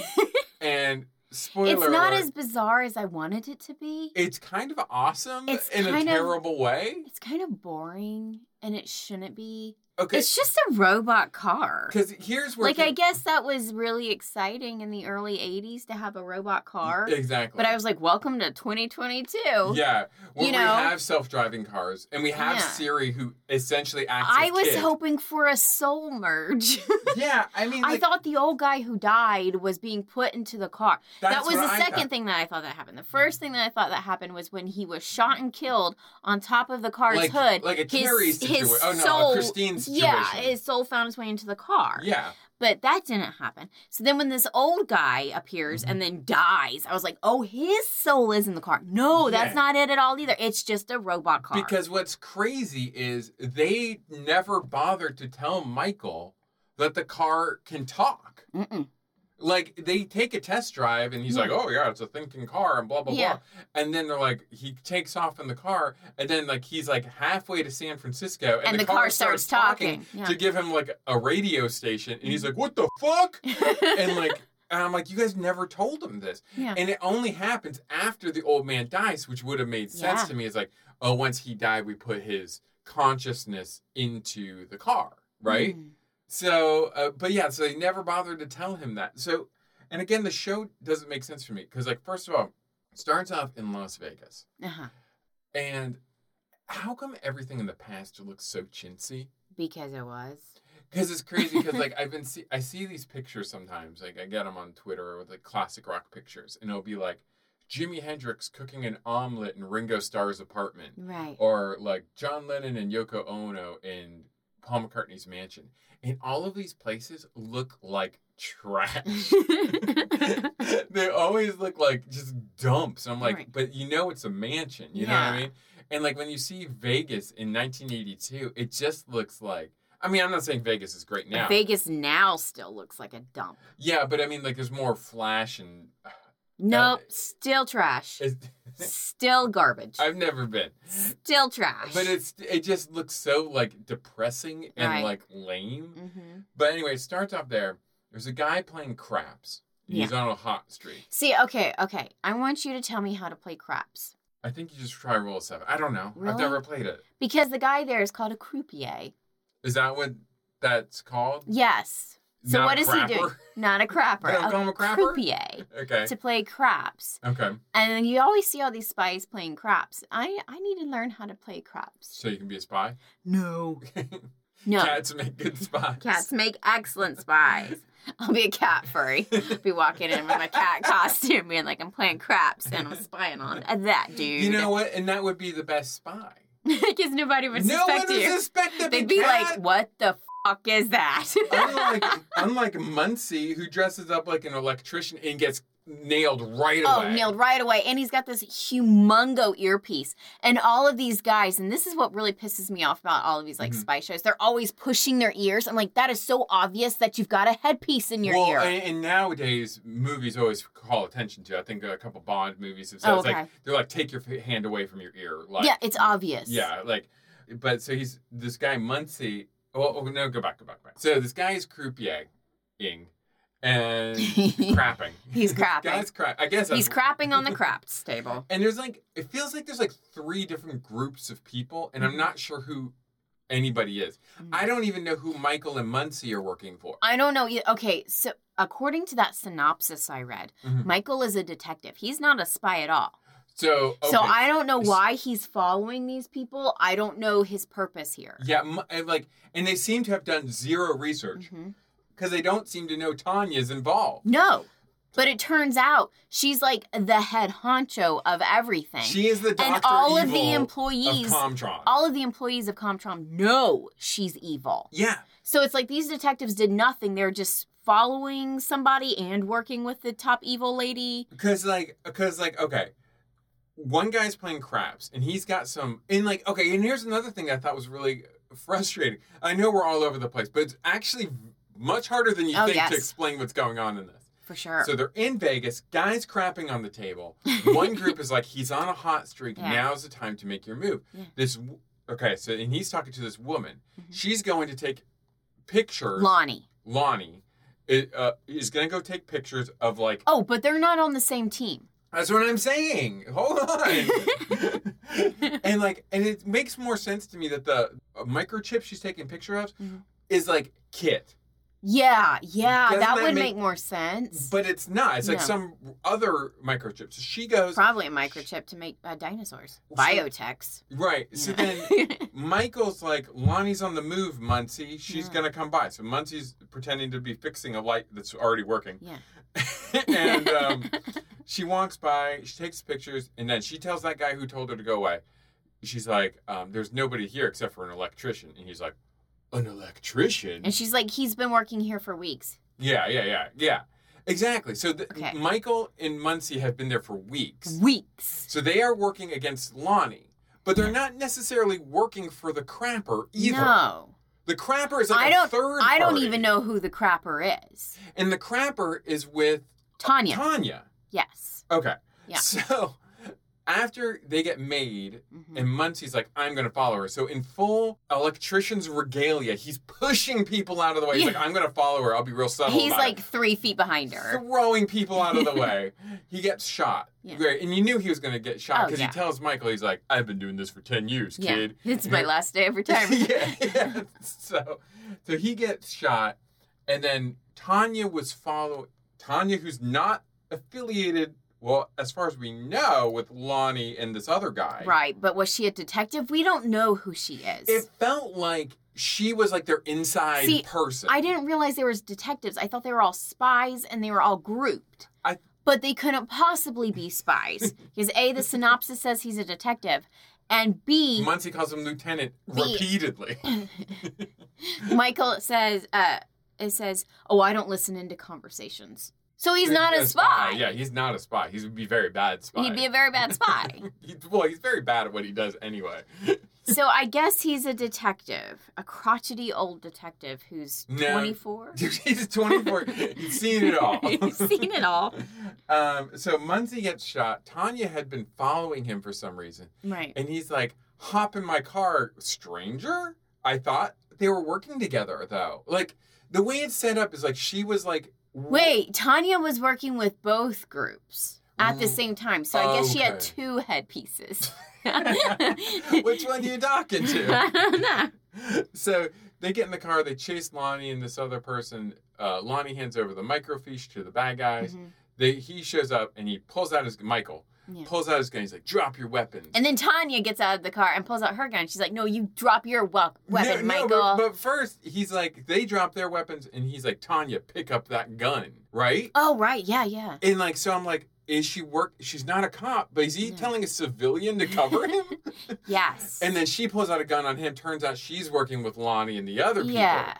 Speaker 3: And spoiler
Speaker 2: it's not
Speaker 3: alert,
Speaker 2: as bizarre as I wanted it to be.
Speaker 3: it's kind of awesome
Speaker 2: It's
Speaker 3: in a
Speaker 2: kind of-
Speaker 3: terrible way.
Speaker 2: It's kind of boring and it shouldn't be.
Speaker 3: Okay.
Speaker 2: It's just a robot car.
Speaker 3: Cuz here's where
Speaker 2: Like,
Speaker 3: peop-
Speaker 2: I guess that was really exciting in the early 80s to have a robot car.
Speaker 3: Exactly.
Speaker 2: But I was like, welcome to 2022.
Speaker 3: yeah, when
Speaker 2: you
Speaker 3: we
Speaker 2: know-
Speaker 3: have self-driving cars and we have
Speaker 2: Yeah.
Speaker 3: Siri who essentially acts.
Speaker 2: I
Speaker 3: as
Speaker 2: was
Speaker 3: kids.
Speaker 2: hoping for a soul merge.
Speaker 3: Yeah, I mean,
Speaker 2: I
Speaker 3: like,
Speaker 2: thought the old guy who died was being put into the car. that
Speaker 3: that's
Speaker 2: was
Speaker 3: what
Speaker 2: the
Speaker 3: I
Speaker 2: second
Speaker 3: thought.
Speaker 2: thing that I thought that happened. The first thing that I thought that happened was when he was shot and killed on top of the car's
Speaker 3: like,
Speaker 2: hood.
Speaker 3: Like a
Speaker 2: his-
Speaker 3: Carrie
Speaker 2: his
Speaker 3: situation. Oh, no,
Speaker 2: soul-
Speaker 3: a Christine situation.
Speaker 2: Yeah, his soul found its way into the car.
Speaker 3: Yeah.
Speaker 2: But that didn't happen. So then when this old guy appears and
Speaker 3: Mm-hmm.
Speaker 2: then dies, I was like, oh, his soul is in the car. No,
Speaker 3: Yeah.
Speaker 2: that's not it at all either. It's just a robot car.
Speaker 3: Because what's crazy is they never bothered to tell Michael that the car can talk.
Speaker 2: Mm-mm.
Speaker 3: Like they take a test drive and he's like, "Oh yeah, it's a thinking car," and blah blah
Speaker 2: Hmm. Yeah.
Speaker 3: blah. And then they're like, he takes off in the car, and then like he's like halfway to San Francisco, and,
Speaker 2: And the car starts talking, yeah. Hmm.
Speaker 3: to give him like a radio station, and he's like, "What the fuck?" and like, and I'm like, "You guys never told him this."
Speaker 2: yeah.
Speaker 3: And it only happens after the old man dies, which would have made sense
Speaker 2: Yeah.
Speaker 3: to me. It's like, oh, once he died, we put his consciousness into the car, right?
Speaker 2: Mm.
Speaker 3: So, uh, but yeah, so they never bothered to tell him that. So, and again, the show doesn't make sense for me because, like, first of all, it starts off in Las Vegas,
Speaker 2: Uh-huh.
Speaker 3: and how come everything in the past looks so chintzy?
Speaker 2: Because it was.
Speaker 3: Because it's crazy. Because like I've been see, I see these pictures sometimes. Like I get them on Twitter with like classic rock pictures, and it'll be like Jimi Hendrix cooking an omelet in Ringo Starr's apartment,
Speaker 2: Right.
Speaker 3: or like John Lennon and Yoko Ono in Paul McCartney's mansion. And all of these places look like trash. they always look like just dumps. And I'm like,
Speaker 4: Right.
Speaker 3: but you know it's a mansion. You know what I
Speaker 2: Yeah.
Speaker 3: mean? And like when you see Vegas in 1982, it just looks like. I mean, I'm not saying Vegas is great now.
Speaker 2: Vegas now still looks like a dump.
Speaker 3: yeah, but I mean, like there's more flash and.
Speaker 2: Nope, still trash.
Speaker 3: it's-
Speaker 2: Still garbage.
Speaker 3: I've never been,
Speaker 2: Still trash.
Speaker 3: but it's it just looks so like depressing and
Speaker 2: Right.
Speaker 3: like lame.
Speaker 2: Mhm.
Speaker 3: But anyway, it starts off there. There's a guy playing craps. He's on a hot streak.
Speaker 2: See, okay, okay. I want you to tell me how to play craps.
Speaker 3: I think you just try roll a seven. I don't know. I've
Speaker 2: Really?
Speaker 3: never played it.
Speaker 2: Because the guy there is called a croupier.
Speaker 3: Is that what that's called?
Speaker 2: Yes. So
Speaker 3: Not a
Speaker 2: what is he doing?
Speaker 3: crapper?
Speaker 2: Not a crapper.
Speaker 3: They don't call him a crapper?
Speaker 2: croupier.
Speaker 3: Okay.
Speaker 2: To play craps.
Speaker 3: Okay.
Speaker 2: And then you always see all these spies playing craps. I, I need to learn how to play craps.
Speaker 3: So you can be a spy.
Speaker 2: No. No.
Speaker 3: Cats make good spies.
Speaker 2: Cats make excellent spies. I'll be a cat furry. be walking in with my cat costume, being like, I'm playing craps and I'm spying on that dude.
Speaker 3: You know what? And that would be the best spy.
Speaker 2: Because nobody would
Speaker 3: no one
Speaker 2: suspect
Speaker 3: would
Speaker 2: you.
Speaker 3: suspect that
Speaker 2: They'd
Speaker 3: the
Speaker 2: be
Speaker 3: cat-
Speaker 2: like, what the fuck is that?
Speaker 3: unlike unlike Muncie, who dresses up like an electrician and gets nailed right
Speaker 2: Oh,
Speaker 3: away.
Speaker 2: nailed right away. And he's got this humongo earpiece. And all of these guys, and this is what really pisses me off about all of these like
Speaker 3: Mhm.
Speaker 2: spy shows, they're always pushing their ears. I'm like, that is so obvious that you've got a headpiece in your
Speaker 3: well,
Speaker 2: ear.
Speaker 3: And, and nowadays movies always call attention to. I think a couple Bond movies have said
Speaker 2: Oh,
Speaker 3: it's like
Speaker 2: okay.
Speaker 3: they're like take your f- hand away from your ear. Like
Speaker 2: yeah, it's obvious.
Speaker 3: yeah, like. But so he's this guy Muncie. Well, oh, no, go back, go back, go back. So this guy is croupier-ing and crapping.
Speaker 2: He's
Speaker 3: This
Speaker 2: crapping.
Speaker 3: Guy's crap. I guess
Speaker 2: He's
Speaker 3: that's-
Speaker 2: crapping on the craps table.
Speaker 3: And there's like it feels like there's like three different groups of people, and I'm
Speaker 2: Mm-hmm.
Speaker 3: not sure who anybody is.
Speaker 2: Mm.
Speaker 3: I don't even know who Michael and Muncie are working for.
Speaker 2: I don't know. e- Okay, so according to that synopsis I read,
Speaker 3: Mhm.
Speaker 2: Michael is a detective. He's not a spy at all.
Speaker 3: So okay.
Speaker 2: So I don't know
Speaker 3: S-
Speaker 2: why he's following these people. I don't know his purpose here.
Speaker 3: yeah, Mu- and like, and they seem to have done zero research
Speaker 2: Mhm.
Speaker 3: because they don't seem to know Tanya's involved.
Speaker 2: No. But it turns out she's like the head honcho of everything.
Speaker 3: She is the doctor
Speaker 2: and all of the
Speaker 3: Evil
Speaker 2: employees
Speaker 3: of Comtron.
Speaker 2: all of the employees of Comtron know she's evil.
Speaker 3: yeah,
Speaker 2: So it's like these detectives did nothing. They're just following somebody and working with the top evil lady.
Speaker 3: because like, because like, okay. One guy's playing craps and he's got some and like okay, and here's another thing I thought was really frustrating. I know we're all over the place, but it's actually much harder than you
Speaker 2: Oh,
Speaker 3: think
Speaker 2: yes.
Speaker 3: to explain what's going on in this.
Speaker 2: For sure.
Speaker 3: So they're in Vegas, guys crapping on the table. One group is like, he's on a hot streak.
Speaker 2: Yeah.
Speaker 3: Now's the time to make your move.
Speaker 2: Yeah. Mm-hmm.
Speaker 3: This, w- okay, so, and he's talking to this woman. She's going to take pictures.
Speaker 2: Lonnie.
Speaker 3: Lonnie i- uh, is going to go take pictures of like,
Speaker 2: Oh, but they're not on the same team.
Speaker 3: that's what I'm saying. Hold on. and like, and it makes more sense to me that the uh, microchip she's taking picture of
Speaker 2: Mhm.
Speaker 3: is like Kit.
Speaker 2: Yeah, yeah,
Speaker 3: Doesn't
Speaker 2: that
Speaker 3: that
Speaker 2: would
Speaker 3: make-
Speaker 2: make, more sense.
Speaker 3: But it's not. It's like
Speaker 2: No.
Speaker 3: some other microchip. So she goes,
Speaker 2: Probably a microchip to make uh, dinosaurs,
Speaker 3: So-
Speaker 2: biotechs.
Speaker 3: right. So
Speaker 2: Yeah.
Speaker 3: then Michael's like, Lonnie's on the move, Muncie. She's
Speaker 2: Yeah.
Speaker 3: gonna come by. So Muncie's pretending to be fixing a light that's already working.
Speaker 2: yeah,
Speaker 3: and um, she walks by, she takes pictures, and then she tells that guy who told her to go away. She's like, um, there's nobody here except for an electrician. And he's like, an electrician?
Speaker 2: and she's like, he's been working here for weeks.
Speaker 3: yeah, yeah, yeah, yeah. Exactly. So th-
Speaker 2: Okay. Mm-hmm.
Speaker 3: Michael and Muncie have been there for weeks.
Speaker 2: Weeks.
Speaker 3: So they are working against Lonnie, but they're not necessarily working for the crapper either.
Speaker 2: No,
Speaker 3: The crapper is like
Speaker 2: I
Speaker 3: a
Speaker 2: don't.
Speaker 3: third.
Speaker 2: I don't
Speaker 3: party.
Speaker 2: even know who the crapper is.
Speaker 3: And the crapper is with
Speaker 2: Tanya.
Speaker 3: Tanya.
Speaker 2: yes.
Speaker 3: Okay.
Speaker 2: Yeah.
Speaker 3: So after they get made,
Speaker 2: Mhm.
Speaker 3: and Muncie's like, I'm gonna follow her. So in full electrician's regalia, he's pushing people out of the way. He's
Speaker 2: Yeah.
Speaker 3: like, I'm gonna follow her. I'll be real subtle.
Speaker 2: He's
Speaker 3: about
Speaker 2: like
Speaker 3: it."
Speaker 2: three feet behind her.
Speaker 3: throwing people out of the way. He gets shot.
Speaker 2: Yeah.
Speaker 3: Right. And you knew he was gonna get shot
Speaker 2: Oh,
Speaker 3: because
Speaker 2: yeah.
Speaker 3: he tells Michael, he's like, I've been doing this for ten years,
Speaker 2: Yeah,
Speaker 3: kid.
Speaker 2: it's my last day of retirement.
Speaker 3: yeah, yeah. So, so he gets shot, and then Tanya was follow Tanya, who's not affiliated, well, as far as we know, with Lonnie and this other guy.
Speaker 2: Right, but was she a detective? We don't know who she is.
Speaker 3: It felt like she was like their inside
Speaker 2: See,
Speaker 3: person.
Speaker 2: I didn't realize there was detectives. I thought they were all spies and they were all grouped.
Speaker 3: I-
Speaker 2: but they couldn't possibly be spies because a the synopsis says he's a detective, and b
Speaker 3: Muncie calls him lieutenant
Speaker 2: The-
Speaker 3: repeatedly.
Speaker 2: Michael says, uh, it says, oh, I don't listen into conversations. So he's not a spy.
Speaker 3: Yeah, he's not a spy. He's would be a very bad spy.
Speaker 2: He'd be a very bad spy.
Speaker 3: He- well, he's very bad at what he does anyway.
Speaker 2: so I guess he's a detective, a crotchety old detective who's
Speaker 3: No.
Speaker 2: 24.
Speaker 3: Dude, he's 24. You've seen it all.
Speaker 4: You've seen it all.
Speaker 3: Um, so Munsey gets shot. Tanya had been following him for some reason.
Speaker 2: Right.
Speaker 3: And he's like, hop in my car, stranger? I thought they were working together, though. Like, the way it's set up is like she was like, w-
Speaker 2: Wait, Tanya was working with both groups at the
Speaker 3: Mm.
Speaker 2: same time. So I guess she had
Speaker 3: Okay.
Speaker 2: two headpieces.
Speaker 3: Which one are you talking
Speaker 4: I
Speaker 3: to?
Speaker 4: don't know.
Speaker 3: so they get in the car, they chase Lonnie and this other person. Uh, Lonnie hands over the microfiche to the bad guys.
Speaker 2: Mhm.
Speaker 3: They, he shows up and he pulls out his Michael
Speaker 2: Yeah.
Speaker 3: pulls out his gun. He's like, "Drop your weapons."
Speaker 2: And then Tanya gets out of the car and pulls out her gun. She's like, "No, you drop your wel- weapon,
Speaker 3: No,
Speaker 2: Michael."
Speaker 3: no, but, but first, he's like, they drop their weapons, and he's like, Tanya, pick up that gun, right?
Speaker 2: oh right, yeah, yeah.
Speaker 3: And like, so I'm like, is she work? She's not a cop, but is he
Speaker 2: No.
Speaker 3: telling a civilian to cover him?
Speaker 2: Yes.
Speaker 3: and then she pulls out a gun on him. Turns out she's working with Lonnie and the other people.
Speaker 2: yeah,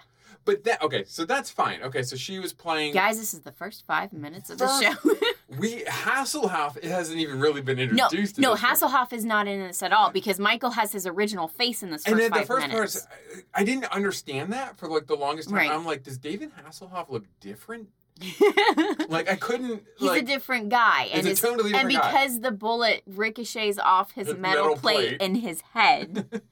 Speaker 3: But that okay, so that's fine. Okay, so she was playing.
Speaker 2: guys, this is the first five minutes of the
Speaker 3: First-
Speaker 2: show.
Speaker 3: We Hasselhoff. It hasn't even really been
Speaker 2: no,
Speaker 3: introduced. to
Speaker 2: no,
Speaker 3: this one.
Speaker 2: Hasselhoff is not in this at all because Michael has his original face in this first
Speaker 3: And then the
Speaker 2: five
Speaker 3: first
Speaker 2: minutes.
Speaker 3: person, I I didn't understand that for like the longest time.
Speaker 2: Right.
Speaker 3: I'm like, does David Hasselhoff look different? Like I couldn't.
Speaker 2: He's
Speaker 3: like,
Speaker 2: a different guy,
Speaker 3: He's
Speaker 2: and
Speaker 3: a
Speaker 2: it's-
Speaker 3: totally
Speaker 2: and
Speaker 3: different guy.
Speaker 2: because the bullet ricochets off his
Speaker 3: His
Speaker 2: metal,
Speaker 3: metal
Speaker 2: plate,
Speaker 3: plate.
Speaker 2: in his head,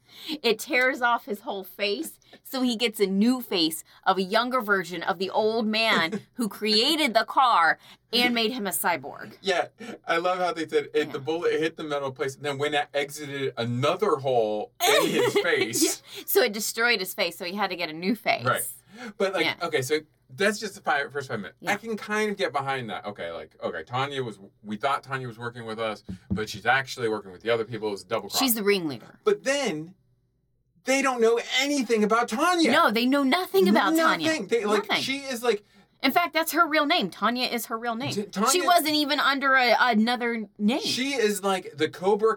Speaker 2: it tears off his whole face. So he gets a new face of a younger version of the old man who created the car and made him a cyborg.
Speaker 3: Yeah, I love how they said it,
Speaker 2: Yeah.
Speaker 3: the bullet hit the metal place, and then when it exited another hole in his face.
Speaker 2: So it destroyed his face. So he had to get a new face.
Speaker 3: Right. But like,
Speaker 2: Yeah.
Speaker 3: okay, so that's just the five, first five minutes.
Speaker 2: Yeah.
Speaker 3: I can kind of get behind that. Okay, like, okay, Tanya was. We thought Tanya was working with us, but she's actually working with the other people. It was a double cross.
Speaker 2: She's the ringleader.
Speaker 3: But then, they don't know anything about Tanya.
Speaker 2: No, they know nothing about Tanya.
Speaker 3: Nothing. They, like
Speaker 2: Nothing.
Speaker 3: she is like
Speaker 2: In fact, that's her real name. Tanya is her real name.
Speaker 3: T- Tanya-
Speaker 2: she wasn't even under a, another name.
Speaker 3: she is like the Cobra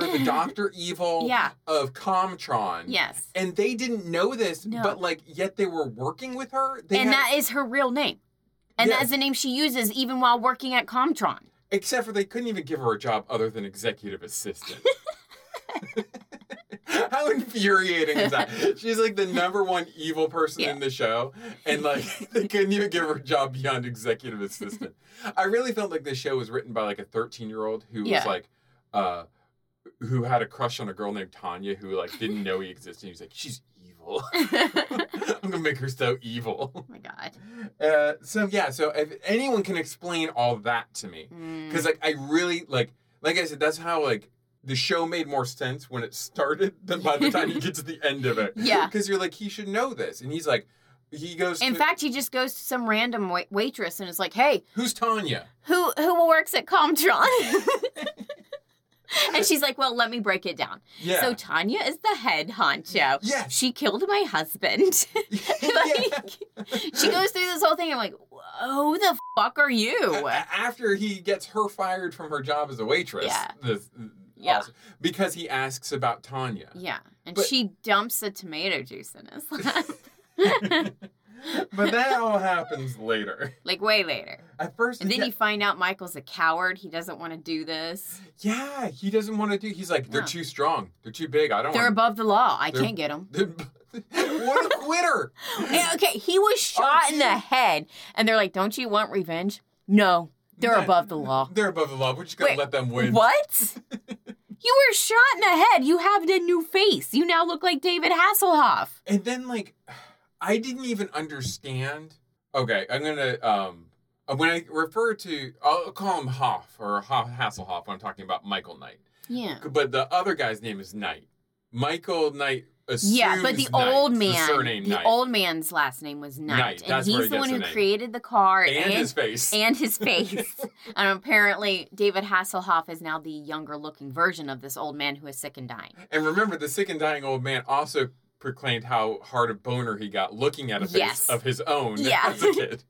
Speaker 3: the Doctor Evil
Speaker 2: Yeah.
Speaker 3: of Comtron.
Speaker 2: yes.
Speaker 3: And they didn't know this,
Speaker 2: No.
Speaker 3: but like yet they were working with her. They
Speaker 2: and
Speaker 3: had-
Speaker 2: that is her real name. And that
Speaker 3: Yeah.
Speaker 2: is the name she uses even while working at Comtron.
Speaker 3: except for they couldn't even give her a job other than executive assistant. How infuriating is that? She's like the number one evil person
Speaker 2: Yeah.
Speaker 3: in the show, and like they couldn't even give her a job beyond executive assistant. I really felt like this show was written by like a 13 year old who
Speaker 2: Yeah.
Speaker 3: was like, uh, who had a crush on a girl named Tanya who like didn't know he existed. He was like, she's evil. I'm gonna make her so evil.
Speaker 2: Oh my god.
Speaker 3: Uh, so yeah, so if anyone can explain all that to me,
Speaker 2: Mm.
Speaker 3: because like I really like, like I said, that's how like the show made more sense when it started than by the time you get to the end of it.
Speaker 2: Yeah.
Speaker 3: because you're like he should know this, and he's like, he goes.
Speaker 2: In
Speaker 3: to-
Speaker 2: fact, he just goes to some random wait- waitress and is like, "Hey,
Speaker 3: who's Tanya?
Speaker 2: who who works at Comtron?" and she's like, "Well, let me break it down."
Speaker 3: Yeah,
Speaker 2: So Tanya is the head honcho.
Speaker 3: Yes.
Speaker 2: She killed my husband. like, she goes through this whole thing. I'm like, "Who the fuck are
Speaker 3: A-
Speaker 2: you?"
Speaker 3: a- after he gets her fired from her job as a waitress.
Speaker 2: Yeah.
Speaker 3: this-
Speaker 4: Yeah.
Speaker 3: also- because he asks about Tanya.
Speaker 2: Yeah, and
Speaker 3: But-
Speaker 2: she dumps the tomato juice in his lap,
Speaker 3: But that all happens later.
Speaker 2: like way later.
Speaker 3: At first,
Speaker 2: And then
Speaker 3: yeah,
Speaker 2: you find out Michael's a coward. He doesn't want to do this.
Speaker 3: Yeah, he doesn't want to do. He's like, they're
Speaker 2: Yeah.
Speaker 3: too strong. They're too big. I don't.
Speaker 2: They're
Speaker 3: want
Speaker 2: above the law. I
Speaker 3: They're-
Speaker 2: can't get them.
Speaker 3: what a quitter!
Speaker 2: okay, he was shot in the head, and they're like, "Don't you want revenge?" No, they're
Speaker 3: Yeah.
Speaker 2: above the law.
Speaker 3: They're above the law. We're just gonna
Speaker 2: Wait,
Speaker 3: let them win.
Speaker 2: What? you were shot in the head. You have a new face. You now look like David Hasselhoff.
Speaker 3: And then like, I didn't even understand. Okay, I'm gonna um. When I refer to, I'll call him Hoff or Hoff Hasselhoff when I'm talking about Michael Knight.
Speaker 2: Yeah.
Speaker 3: But the other guy's name is Knight. Michael Knight assumes
Speaker 2: Yeah, but the
Speaker 3: Knight,
Speaker 2: old
Speaker 3: the
Speaker 2: man, the,
Speaker 3: surname Knight,
Speaker 2: old man's last name was Knight,
Speaker 3: Knight,
Speaker 2: and
Speaker 3: that's where
Speaker 2: he's
Speaker 3: he
Speaker 2: the one
Speaker 3: gets
Speaker 2: who
Speaker 3: the name.
Speaker 2: created the car
Speaker 3: and, his face.
Speaker 2: and his face. and apparently, David Hasselhoff is now the younger looking version of this old man who is sick and dying.
Speaker 3: And remember, the sick and dying old man also proclaimed how hard a boner he got looking at a face
Speaker 2: Yes.
Speaker 3: of his own
Speaker 2: Yeah.
Speaker 3: as a kid.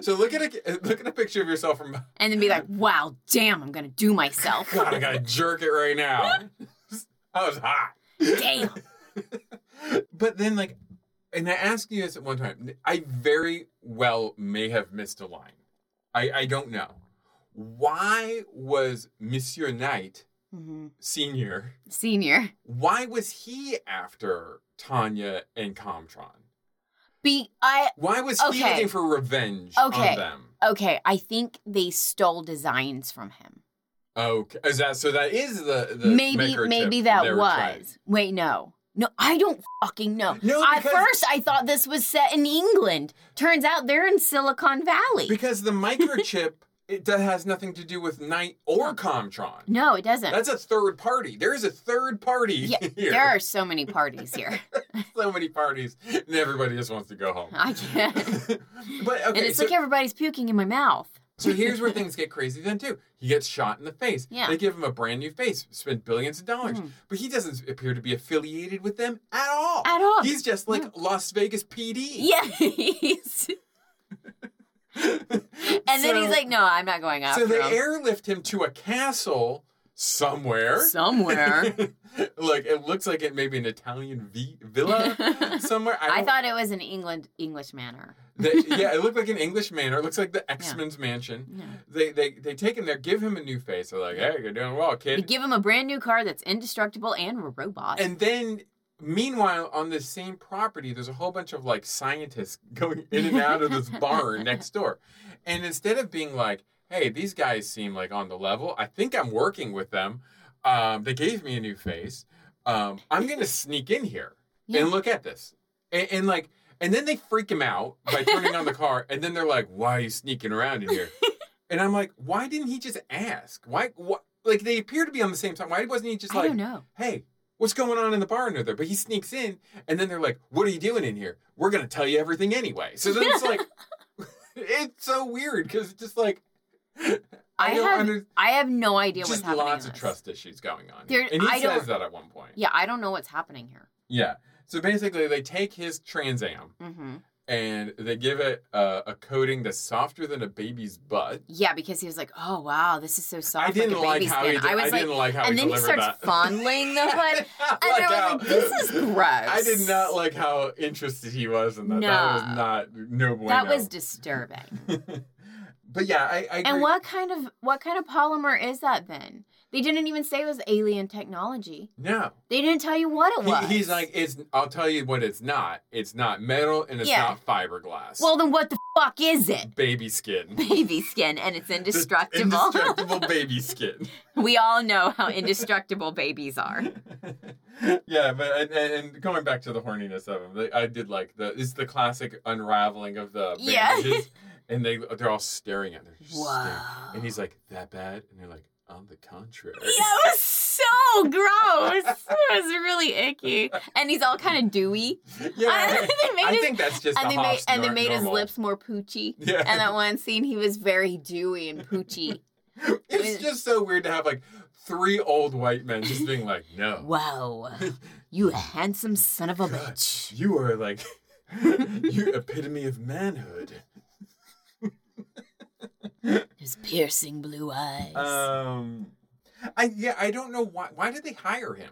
Speaker 3: So look at a look at a picture of yourself from
Speaker 2: And then be like, wow, damn, I'm going to do myself.
Speaker 3: God, I gotta jerk it right now. That was hot.
Speaker 2: damn.
Speaker 3: But then like and I asked you this at one time. I very well may have missed a line. I, I don't know. Why was Monsieur Knight
Speaker 4: Mhm.
Speaker 3: Senior?
Speaker 2: Mm-hmm. Senior.
Speaker 3: Why was he after Tanya and Comtron?
Speaker 2: Be I
Speaker 3: Why was he
Speaker 2: Okay.
Speaker 3: looking for revenge
Speaker 2: Okay.
Speaker 3: on them?
Speaker 2: okay, I think they stole designs from him.
Speaker 3: Okay, is that so? That is the, the
Speaker 2: maybe
Speaker 3: microchip
Speaker 2: maybe
Speaker 3: they
Speaker 2: that
Speaker 3: were trying-
Speaker 2: was. Wait, no. No, I don't fucking know.
Speaker 3: No,
Speaker 2: At
Speaker 3: because-
Speaker 2: first I thought this was set in England. Turns out they're in Silicon Valley.
Speaker 3: because the microchip it that has nothing to do with Knight or Comtron.
Speaker 2: no, it doesn't.
Speaker 3: That's a third party. There is a third party
Speaker 2: yeah,
Speaker 3: here.
Speaker 2: there are so many parties here.
Speaker 3: so many parties, and everybody just wants to go home.
Speaker 2: I can't.
Speaker 3: but
Speaker 2: and
Speaker 3: okay,
Speaker 2: it's
Speaker 3: so,
Speaker 2: like everybody's puking in my mouth.
Speaker 3: so here's where things get crazy then too. He gets shot in the face.
Speaker 2: Yeah. Mm-hmm.
Speaker 3: They give him a brand new face, spend billions of dollars, but he doesn't appear to be affiliated with them at all.
Speaker 2: At all. Mm.
Speaker 3: He's just like Las Vegas PD.
Speaker 2: Yeah. he's- and then he's like, no, I'm not going after
Speaker 3: So they
Speaker 2: him.
Speaker 3: airlift him to a castle somewhere.
Speaker 2: Somewhere.
Speaker 3: like it looks like it may be an Italian vi- villa somewhere.
Speaker 2: I
Speaker 3: don't-
Speaker 2: thought it was an England English manor.
Speaker 3: They- yeah, it looked like an English manor. It looks like the X Men's mansion. They they they take him there, give him a new face. They're like, hey, you're doing well,
Speaker 2: You
Speaker 3: kid.
Speaker 2: give him a brand new car that's indestructible and a robot.
Speaker 3: and then. Meanwhile, on this same property, there's a whole bunch of like scientists going in and out of this barn next door. And instead of being like, hey, these guys seem like on the level, I think I'm working with them. Um, they gave me a new face. Um, I'm going to sneak in here
Speaker 2: Yeah.
Speaker 3: and look at this. And, and like, and then they freak him out by turning on the car. And then they're like, why are you sneaking around in here? and I'm like, why didn't he just ask? Why, what? Like, they appear to be on the same time. Why wasn't he just
Speaker 2: I
Speaker 3: like,
Speaker 2: don't know.
Speaker 3: hey, what's going on in the barn over there? But he sneaks in, and then they're like, what are you doing in here? We're going to tell you everything anyway. So then it's like, it's so weird because it's just like, I,
Speaker 2: I,
Speaker 3: don't
Speaker 2: have
Speaker 3: under-
Speaker 2: I have no idea what's
Speaker 3: just
Speaker 2: happening. in
Speaker 3: lots of
Speaker 2: this.
Speaker 3: trust issues going on.
Speaker 2: There-
Speaker 3: and he
Speaker 2: I
Speaker 3: says
Speaker 2: don't-
Speaker 3: that at one point.
Speaker 2: Yeah, I don't know what's happening here.
Speaker 3: Yeah. So basically, they take his Trans Am
Speaker 2: hmm
Speaker 3: and they give it a, a coating that's softer than a baby's butt.
Speaker 2: Yeah, because he was like, "Oh wow, this is so soft."
Speaker 3: I didn't
Speaker 2: like, a
Speaker 3: like
Speaker 2: baby's
Speaker 3: how
Speaker 2: skin.
Speaker 3: he. Did,
Speaker 2: I was like,
Speaker 3: didn't like how
Speaker 2: and
Speaker 3: he
Speaker 2: then he
Speaker 3: delivered
Speaker 2: starts
Speaker 3: that.
Speaker 2: fondling the hood.
Speaker 3: I
Speaker 2: And I was like, this is gross.
Speaker 3: I did not like how interested he was in that. That was
Speaker 2: No.
Speaker 3: not no bueno.
Speaker 2: that was disturbing.
Speaker 3: but yeah, I, I agree.
Speaker 2: and what kind of what kind of polymer is that then? They didn't even say it was alien technology.
Speaker 3: No,
Speaker 2: They didn't tell you what it
Speaker 3: He-
Speaker 2: was.
Speaker 3: he's like, it's. I'll tell you what it's not. It's not metal and it's
Speaker 2: Yeah.
Speaker 3: not fiberglass.
Speaker 2: "Well, then what the fuck is it?"
Speaker 3: baby skin.
Speaker 2: Baby skin, and it's
Speaker 3: Just
Speaker 2: indestructible.
Speaker 3: Indestructible baby skin.
Speaker 2: we all know how indestructible babies are.
Speaker 3: yeah, but and, and and going back to the horniness of them, they- I did like the it's the classic unraveling of the
Speaker 2: Yeah.
Speaker 3: bandages, and they they're all staring at her.
Speaker 2: Wow.
Speaker 3: And he's like, "That bad?" And they're like, "On the contrary."
Speaker 2: Yeah, it was so gross. It was really icky, and he's all kind of dewy.
Speaker 3: Yeah,
Speaker 2: I, they made
Speaker 3: I
Speaker 2: his,
Speaker 3: think that's just
Speaker 2: and
Speaker 3: the
Speaker 2: they made
Speaker 3: Hoff's
Speaker 2: and they
Speaker 3: nor-
Speaker 2: made his
Speaker 3: normal.
Speaker 2: lips more poochy.
Speaker 3: Yeah.
Speaker 2: And that one scene, he was very dewy and poochy.
Speaker 3: It's just so weird to have like three old white men just being like, "No,
Speaker 2: wow, you handsome son of a bitch.
Speaker 3: you are like, you epitome of manhood."
Speaker 2: His piercing blue eyes.
Speaker 3: Um, I yeah, I don't know why. Why did they hire him?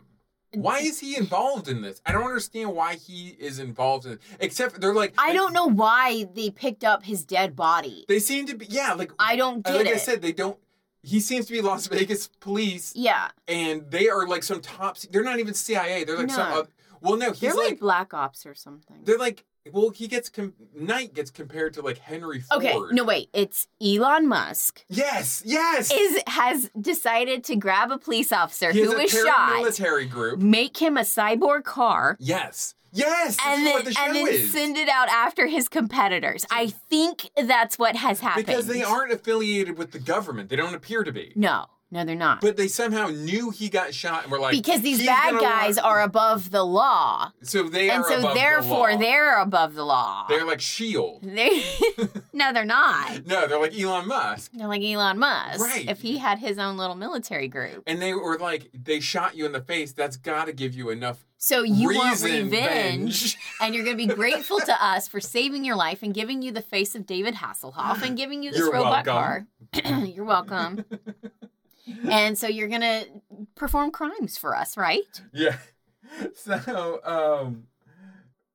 Speaker 3: Why is he involved in this? I don't understand why he is involved in. Except they're like,
Speaker 2: I don't know why they picked up his dead body.
Speaker 3: They seem to be yeah, like
Speaker 2: I don't get
Speaker 3: like
Speaker 2: it.
Speaker 3: I said, they don't. He seems to be Las Vegas police,
Speaker 2: yeah,
Speaker 3: and they are like some top. se- They're not even CIA. They're like some.
Speaker 2: No.
Speaker 3: oth- well, no, he's
Speaker 2: they're like,
Speaker 3: like,
Speaker 2: black ops or something.
Speaker 3: they're like. Well, he gets com- Knight gets compared to like Henry Ford.
Speaker 2: Okay, no wait, it's Elon Musk.
Speaker 3: Yes, yes.
Speaker 2: is has decided to grab a police officer
Speaker 3: He has
Speaker 2: who
Speaker 3: a
Speaker 2: was shot,
Speaker 3: paramilitary group.
Speaker 2: make him a cyborg car,
Speaker 3: Yes, yes. This
Speaker 2: and
Speaker 3: is
Speaker 2: then
Speaker 3: what the show
Speaker 2: and then
Speaker 3: is.
Speaker 2: send it out after his competitors. I think that's what has happened.
Speaker 3: Because they aren't affiliated with the government. They don't appear to be.
Speaker 2: No, no, they're not.
Speaker 3: But they somehow knew he got shot and were like
Speaker 2: because these
Speaker 3: "He's
Speaker 2: bad
Speaker 3: gonna
Speaker 2: guys
Speaker 3: run."
Speaker 2: are above the law,
Speaker 3: So they
Speaker 2: and
Speaker 3: are
Speaker 2: so
Speaker 3: above the
Speaker 2: therefore
Speaker 3: law.
Speaker 2: they're above the law.
Speaker 3: they're like Shield.
Speaker 2: They- no, they're not.
Speaker 3: E No, they're like Elon Musk.
Speaker 2: They're like Elon Musk.
Speaker 3: Right.
Speaker 2: If he had his own little military group,
Speaker 3: And they were like, they shot you in the face. That's got to give you enough
Speaker 2: so you want
Speaker 3: reason,
Speaker 2: revenge.
Speaker 3: venge.
Speaker 2: and you're going to be grateful to us for saving your life and giving you the face of David Hasselhoff and giving you this
Speaker 3: You're
Speaker 2: robot
Speaker 3: welcome.
Speaker 2: car. you're welcome. and so you're going to perform crimes for us, right?
Speaker 3: Yeah. So, um,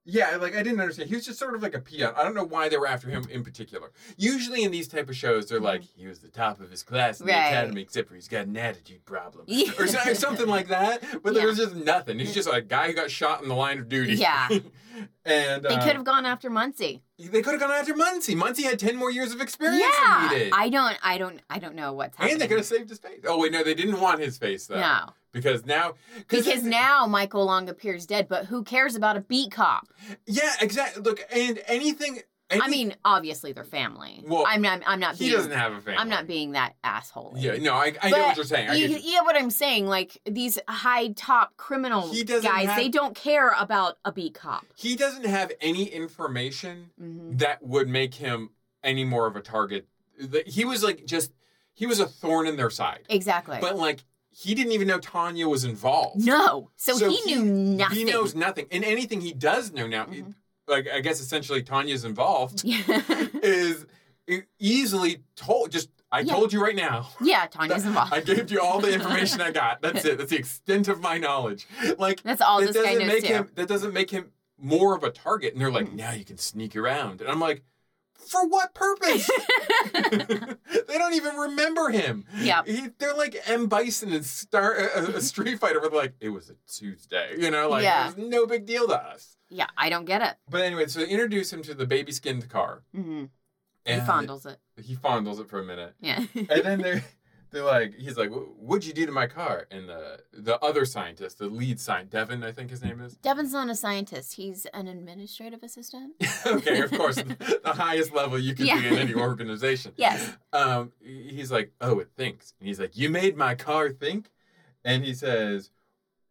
Speaker 3: Yeah, like I didn't understand. He was just sort of like a peon. I don't know why they were after him in particular. Usually in these type of shows, they're like, he was the top of his class in the
Speaker 2: Mm-hmm. Right.
Speaker 3: academy, except for he's got an attitude problem.
Speaker 2: Yeah.
Speaker 3: Or, so- or something like that. But there
Speaker 2: Yeah.
Speaker 3: was just nothing. He's just a guy who got shot in the line of duty.
Speaker 2: Yeah.
Speaker 3: and
Speaker 2: They
Speaker 3: uh,
Speaker 2: could have gone after Muncie.
Speaker 3: they could have gone after Muncie. Muncie had 10 more years of experience
Speaker 2: Yeah,
Speaker 3: than he did.
Speaker 2: I don't, I don't, I don't know what's happening.
Speaker 3: and they could have saved his face. Oh, wait, no, they didn't want his face, though.
Speaker 2: no,
Speaker 3: Because now.
Speaker 2: because now Michael Long appears dead, but who cares about a beat cop?
Speaker 3: Yeah, exactly. Look, and anything.
Speaker 2: I
Speaker 3: any-
Speaker 2: mean, obviously they're family.
Speaker 3: Well,
Speaker 2: I'm not, I'm not
Speaker 3: he
Speaker 2: being,
Speaker 3: doesn't have a family.
Speaker 2: I'm not being that asshole.
Speaker 3: Yeah, no, I, I know what
Speaker 2: But
Speaker 3: you're saying. I
Speaker 2: you,
Speaker 3: get you.
Speaker 2: you get what I'm saying. Like these high top criminal
Speaker 3: He
Speaker 2: guys,
Speaker 3: doesn't have-
Speaker 2: they don't care about a beat cop.
Speaker 3: he doesn't have any information
Speaker 2: hmm
Speaker 3: that would make him any more of a target. That- He was like just he was a thorn in their side.
Speaker 2: Exactly.
Speaker 3: But like he didn't even know Tanya was involved.
Speaker 2: no, so,
Speaker 3: So
Speaker 2: he, knew nothing.
Speaker 3: He knows nothing. And anything he does know now,
Speaker 2: Mhm.
Speaker 3: like I guess essentially Tanya's involved
Speaker 2: yeah,
Speaker 3: is e- easily told just I
Speaker 2: Yeah.
Speaker 3: told you right now.
Speaker 2: Tanya's involved.
Speaker 3: I gave you all the information I got. That's it. That's the extent of my knowledge. Like
Speaker 2: That's all
Speaker 3: that
Speaker 2: this guy
Speaker 3: doesn't
Speaker 2: knows
Speaker 3: make
Speaker 2: too.
Speaker 3: him that doesn't make him more of a target and they're like now you can sneak around and i'm like for what purpose they don't even remember him
Speaker 2: Yep.
Speaker 3: He- they're like m bison and star a, a street fighter with like it was a tuesday you know like
Speaker 2: Yeah.
Speaker 3: it was no big deal to us
Speaker 2: yeah, I don't get it.
Speaker 3: but anyway so they introduce him to the baby skinned car
Speaker 2: hmm He
Speaker 3: and
Speaker 2: fondles it.
Speaker 3: he fondles it for a minute
Speaker 2: Yeah.
Speaker 3: and then they're they're like he's like what'd you do to my car and the the other scientist the lead scientist devin i think his name is
Speaker 2: Devin's not a scientist. He's an administrative assistant.
Speaker 3: okay, of course, the highest level you could be in
Speaker 2: Yeah.
Speaker 3: any organization.
Speaker 2: Yes.
Speaker 3: Um, he- he's like, oh, it thinks, and he's like, you made my car think, and he says,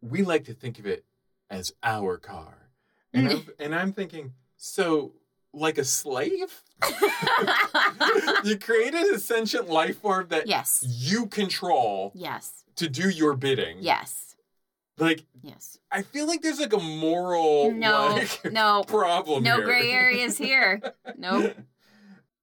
Speaker 3: we like to think of it as our car, and I'm, and I'm thinking, so like a slave, you created a sentient life form that
Speaker 2: yes.
Speaker 3: you control
Speaker 2: Yes.
Speaker 3: to do your bidding.
Speaker 2: Yes.
Speaker 3: like
Speaker 2: Yes.
Speaker 3: I feel like there's like a moral
Speaker 2: No.
Speaker 3: like,
Speaker 2: no.
Speaker 3: problem.
Speaker 2: No
Speaker 3: here.
Speaker 2: gray areas here. Nope.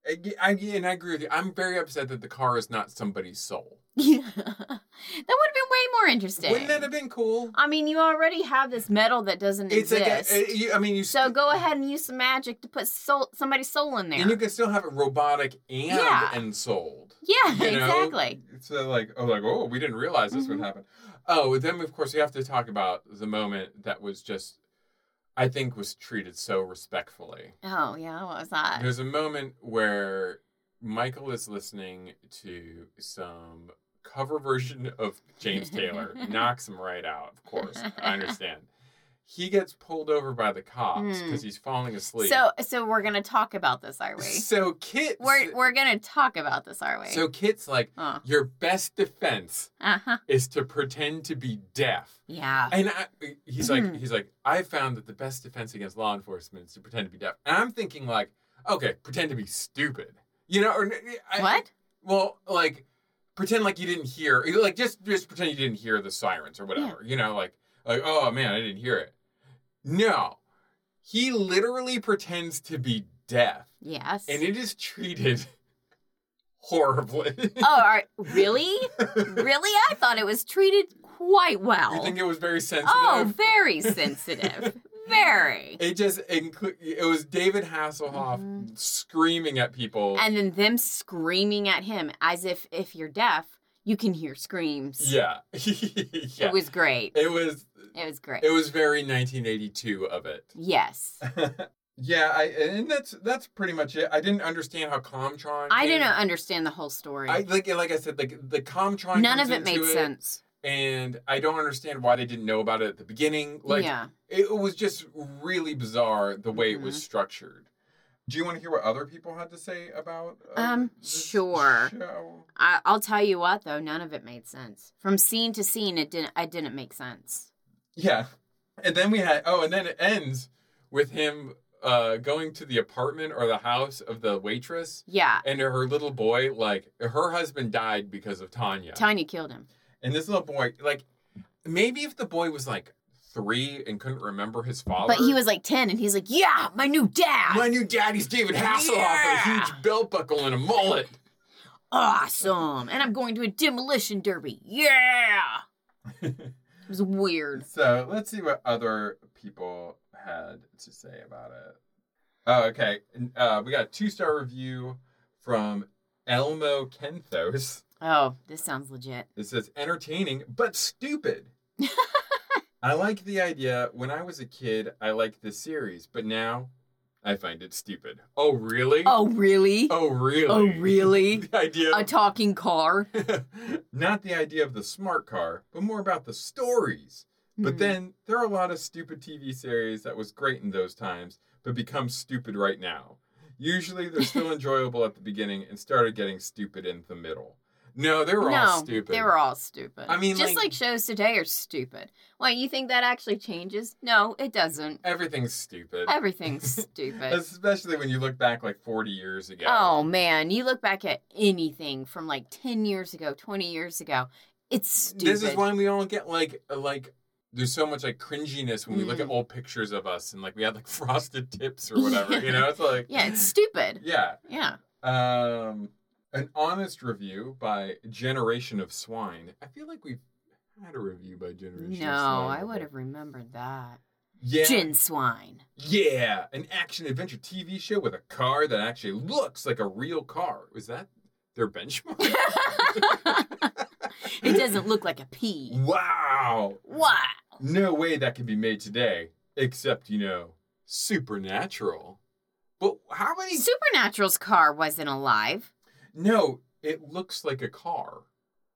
Speaker 3: I, I, and I agree with you. I'm very upset that the car is not somebody's soul.
Speaker 2: Yeah. that would have been way more interesting.
Speaker 3: Wouldn't that have been cool?
Speaker 2: I mean, you already have this metal that doesn't
Speaker 3: It's like,
Speaker 2: exist.
Speaker 3: a, a- you, I mean, you
Speaker 2: so
Speaker 3: st-
Speaker 2: go ahead and use some magic to put soul, somebody's soul in there.
Speaker 3: and you can still have it robotic and
Speaker 2: Yeah.
Speaker 3: ensouled.
Speaker 2: yeah,
Speaker 3: You know?
Speaker 2: exactly. Mm-hmm.
Speaker 3: So like, oh, like, oh, we didn't realize this would happen. Oh, then of course we have to talk about the moment that was just, I think, was treated so respectfully.
Speaker 2: Oh yeah, what was that?
Speaker 3: There's a moment where Michael is listening to some cover version of James Taylor, knocks him right out, of course. I understand. He gets pulled over by the cops
Speaker 2: Mm.
Speaker 3: because he's falling asleep.
Speaker 2: So, so we're gonna talk about this, are we?
Speaker 3: so Kit
Speaker 2: We're we're gonna talk about this, are we?
Speaker 3: So Kit's like,
Speaker 2: uh
Speaker 3: your best defense
Speaker 2: huh.
Speaker 3: is to pretend to be deaf.
Speaker 2: uh-huh. Yeah.
Speaker 3: And I, he's like,
Speaker 2: Mhm.
Speaker 3: he's like, I found that the best defense against law enforcement is to pretend to be deaf. And I'm thinking like, okay, pretend to be stupid, you know? Or I,
Speaker 2: what?
Speaker 3: Well, like pretend like you didn't hear, like just just pretend you didn't hear the sirens or whatever. You know, like like oh man, I didn't hear it. No, he literally pretends to be deaf,
Speaker 2: Yes.
Speaker 3: and it is treated horribly.
Speaker 2: oh, all right. really? really? I thought it was treated quite well.
Speaker 3: you think it was very sensitive?
Speaker 2: oh, very sensitive. very.
Speaker 3: It just inclu- it was David Hasselhoff
Speaker 2: Mhm.
Speaker 3: screaming at people.
Speaker 2: and then them screaming at him as if if you're deaf you can hear screams
Speaker 3: yeah, yeah.
Speaker 2: it was great
Speaker 3: it was
Speaker 2: it was great
Speaker 3: it was very 1982 of it.
Speaker 2: yes
Speaker 3: Yeah, I and that's that's pretty much it. I didn't understand how Comtron.
Speaker 2: i
Speaker 3: came-
Speaker 2: didn't understand the whole story
Speaker 3: I like like I said like the Comtron.
Speaker 2: none
Speaker 3: comes
Speaker 2: of it made
Speaker 3: into
Speaker 2: sense
Speaker 3: and I don't understand why they didn't know about it at the beginning. Like
Speaker 2: yeah
Speaker 3: it was just really bizarre the way it
Speaker 2: Mm-hmm.
Speaker 3: was structured. Do you want to hear what other people had to say about? uh,
Speaker 2: Um,
Speaker 3: this
Speaker 2: sure.
Speaker 3: show?
Speaker 2: I, i'll tell you what though none of it made sense from scene to scene it didn't it didn't make sense
Speaker 3: Yeah, and then we had oh, and then it ends with him uh going to the apartment or the house of the waitress.
Speaker 2: yeah
Speaker 3: And her little boy, like her husband died because of Tanya.
Speaker 2: tanya killed him
Speaker 3: And this little boy, like, maybe if the boy was like three and couldn't remember his father,
Speaker 2: but he was like 10 and he's like yeah my new dad
Speaker 3: My new daddy's David Hasselhoff with a
Speaker 2: Yeah.
Speaker 3: huge belt buckle and a mullet.
Speaker 2: awesome and i'm going to a demolition derby yeah It was weird.
Speaker 3: So let's see what other people had to say about it. Oh, okay. Uh, we got a two star review from Elmo Kenthos.
Speaker 2: Oh, this sounds legit.
Speaker 3: It says entertaining but stupid. I like the idea. When I was a kid, I liked the series, but now I find it stupid. Oh, really?
Speaker 2: Oh, really?
Speaker 3: Oh, really?
Speaker 2: Oh, really?
Speaker 3: the idea.
Speaker 2: A talking car.
Speaker 3: not the idea of the smart car, but more about the stories. But
Speaker 2: Mhm.
Speaker 3: then there are a lot of stupid TV series that was great in those times, but become stupid right now. Usually they're still enjoyable at the beginning and started getting stupid in the middle. No, they were
Speaker 2: no,
Speaker 3: all stupid.
Speaker 2: they were all stupid.
Speaker 3: I mean,
Speaker 2: just
Speaker 3: like-
Speaker 2: like, shows today are stupid. Why you think that actually changes? No, it doesn't.
Speaker 3: Everything's stupid.
Speaker 2: Everything's stupid.
Speaker 3: Especially when you look back like 40 years ago.
Speaker 2: Oh man, you look back at anything from like ten years ago, twenty years ago. It's stupid.
Speaker 3: This is why we all get like like there's so much like cringiness when we look at
Speaker 2: Mm.
Speaker 3: old pictures of us and like we had like frosted tips or whatever. You know, it's like
Speaker 2: Yeah, it's stupid.
Speaker 3: yeah.
Speaker 2: Yeah.
Speaker 3: Um, an honest review by Generation of Swine. I feel like we've had a review by Generation. of
Speaker 2: No,
Speaker 3: Swine
Speaker 2: I would have
Speaker 3: before.
Speaker 2: remembered that.
Speaker 3: Yeah,
Speaker 2: Gin swine.
Speaker 3: yeah, an action adventure TV show with a car that actually looks like a real car. Was that their benchmark?
Speaker 2: It doesn't look like a
Speaker 3: Mm.
Speaker 2: pea.
Speaker 3: Wow.
Speaker 2: Wow.
Speaker 3: No way that can be made today, except you know, supernatural. But how many?
Speaker 2: Supernatural's car wasn't alive.
Speaker 3: no, it looks like a car.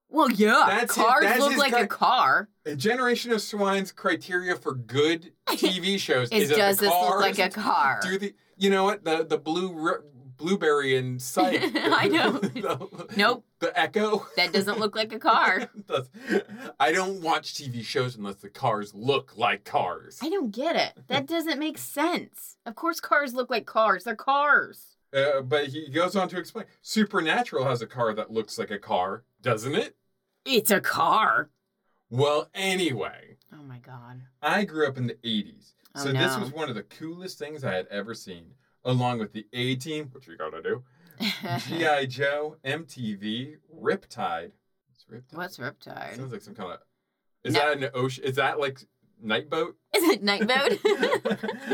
Speaker 2: Well, yeah,
Speaker 3: That's it.
Speaker 2: cars
Speaker 3: That's
Speaker 2: look
Speaker 3: his
Speaker 2: like
Speaker 3: car-
Speaker 2: a car.
Speaker 3: A generation of swine's criteria for good TV shows
Speaker 2: It
Speaker 3: is that
Speaker 2: does
Speaker 3: the
Speaker 2: this look
Speaker 3: cars
Speaker 2: like a car.
Speaker 3: Do the you know what the the blue r- blueberry and psych?
Speaker 2: I know.
Speaker 3: The-
Speaker 2: Nope.
Speaker 3: The Echo.
Speaker 2: That doesn't look like a car.
Speaker 3: That's- I don't watch TV shows unless the cars look like cars.
Speaker 2: I don't get it. That doesn't make sense. Of course, cars look like cars. They're cars.
Speaker 3: Uh, but he goes on to explain. Supernatural has a car that looks like a car, doesn't it?
Speaker 2: It's a car.
Speaker 3: Well, anyway.
Speaker 2: Oh my god.
Speaker 3: I grew up in the 80s.
Speaker 2: Oh,
Speaker 3: So this
Speaker 2: no.
Speaker 3: was one of the coolest things I had ever seen, along with the A Team, which we gotta do, G.I. Joe, MTV, Riptide. What's Riptide?
Speaker 2: What's Riptide?
Speaker 3: Sounds like some kind of. Is
Speaker 2: No.
Speaker 3: that an ocean? Is that like night boat?
Speaker 2: Is it night mode?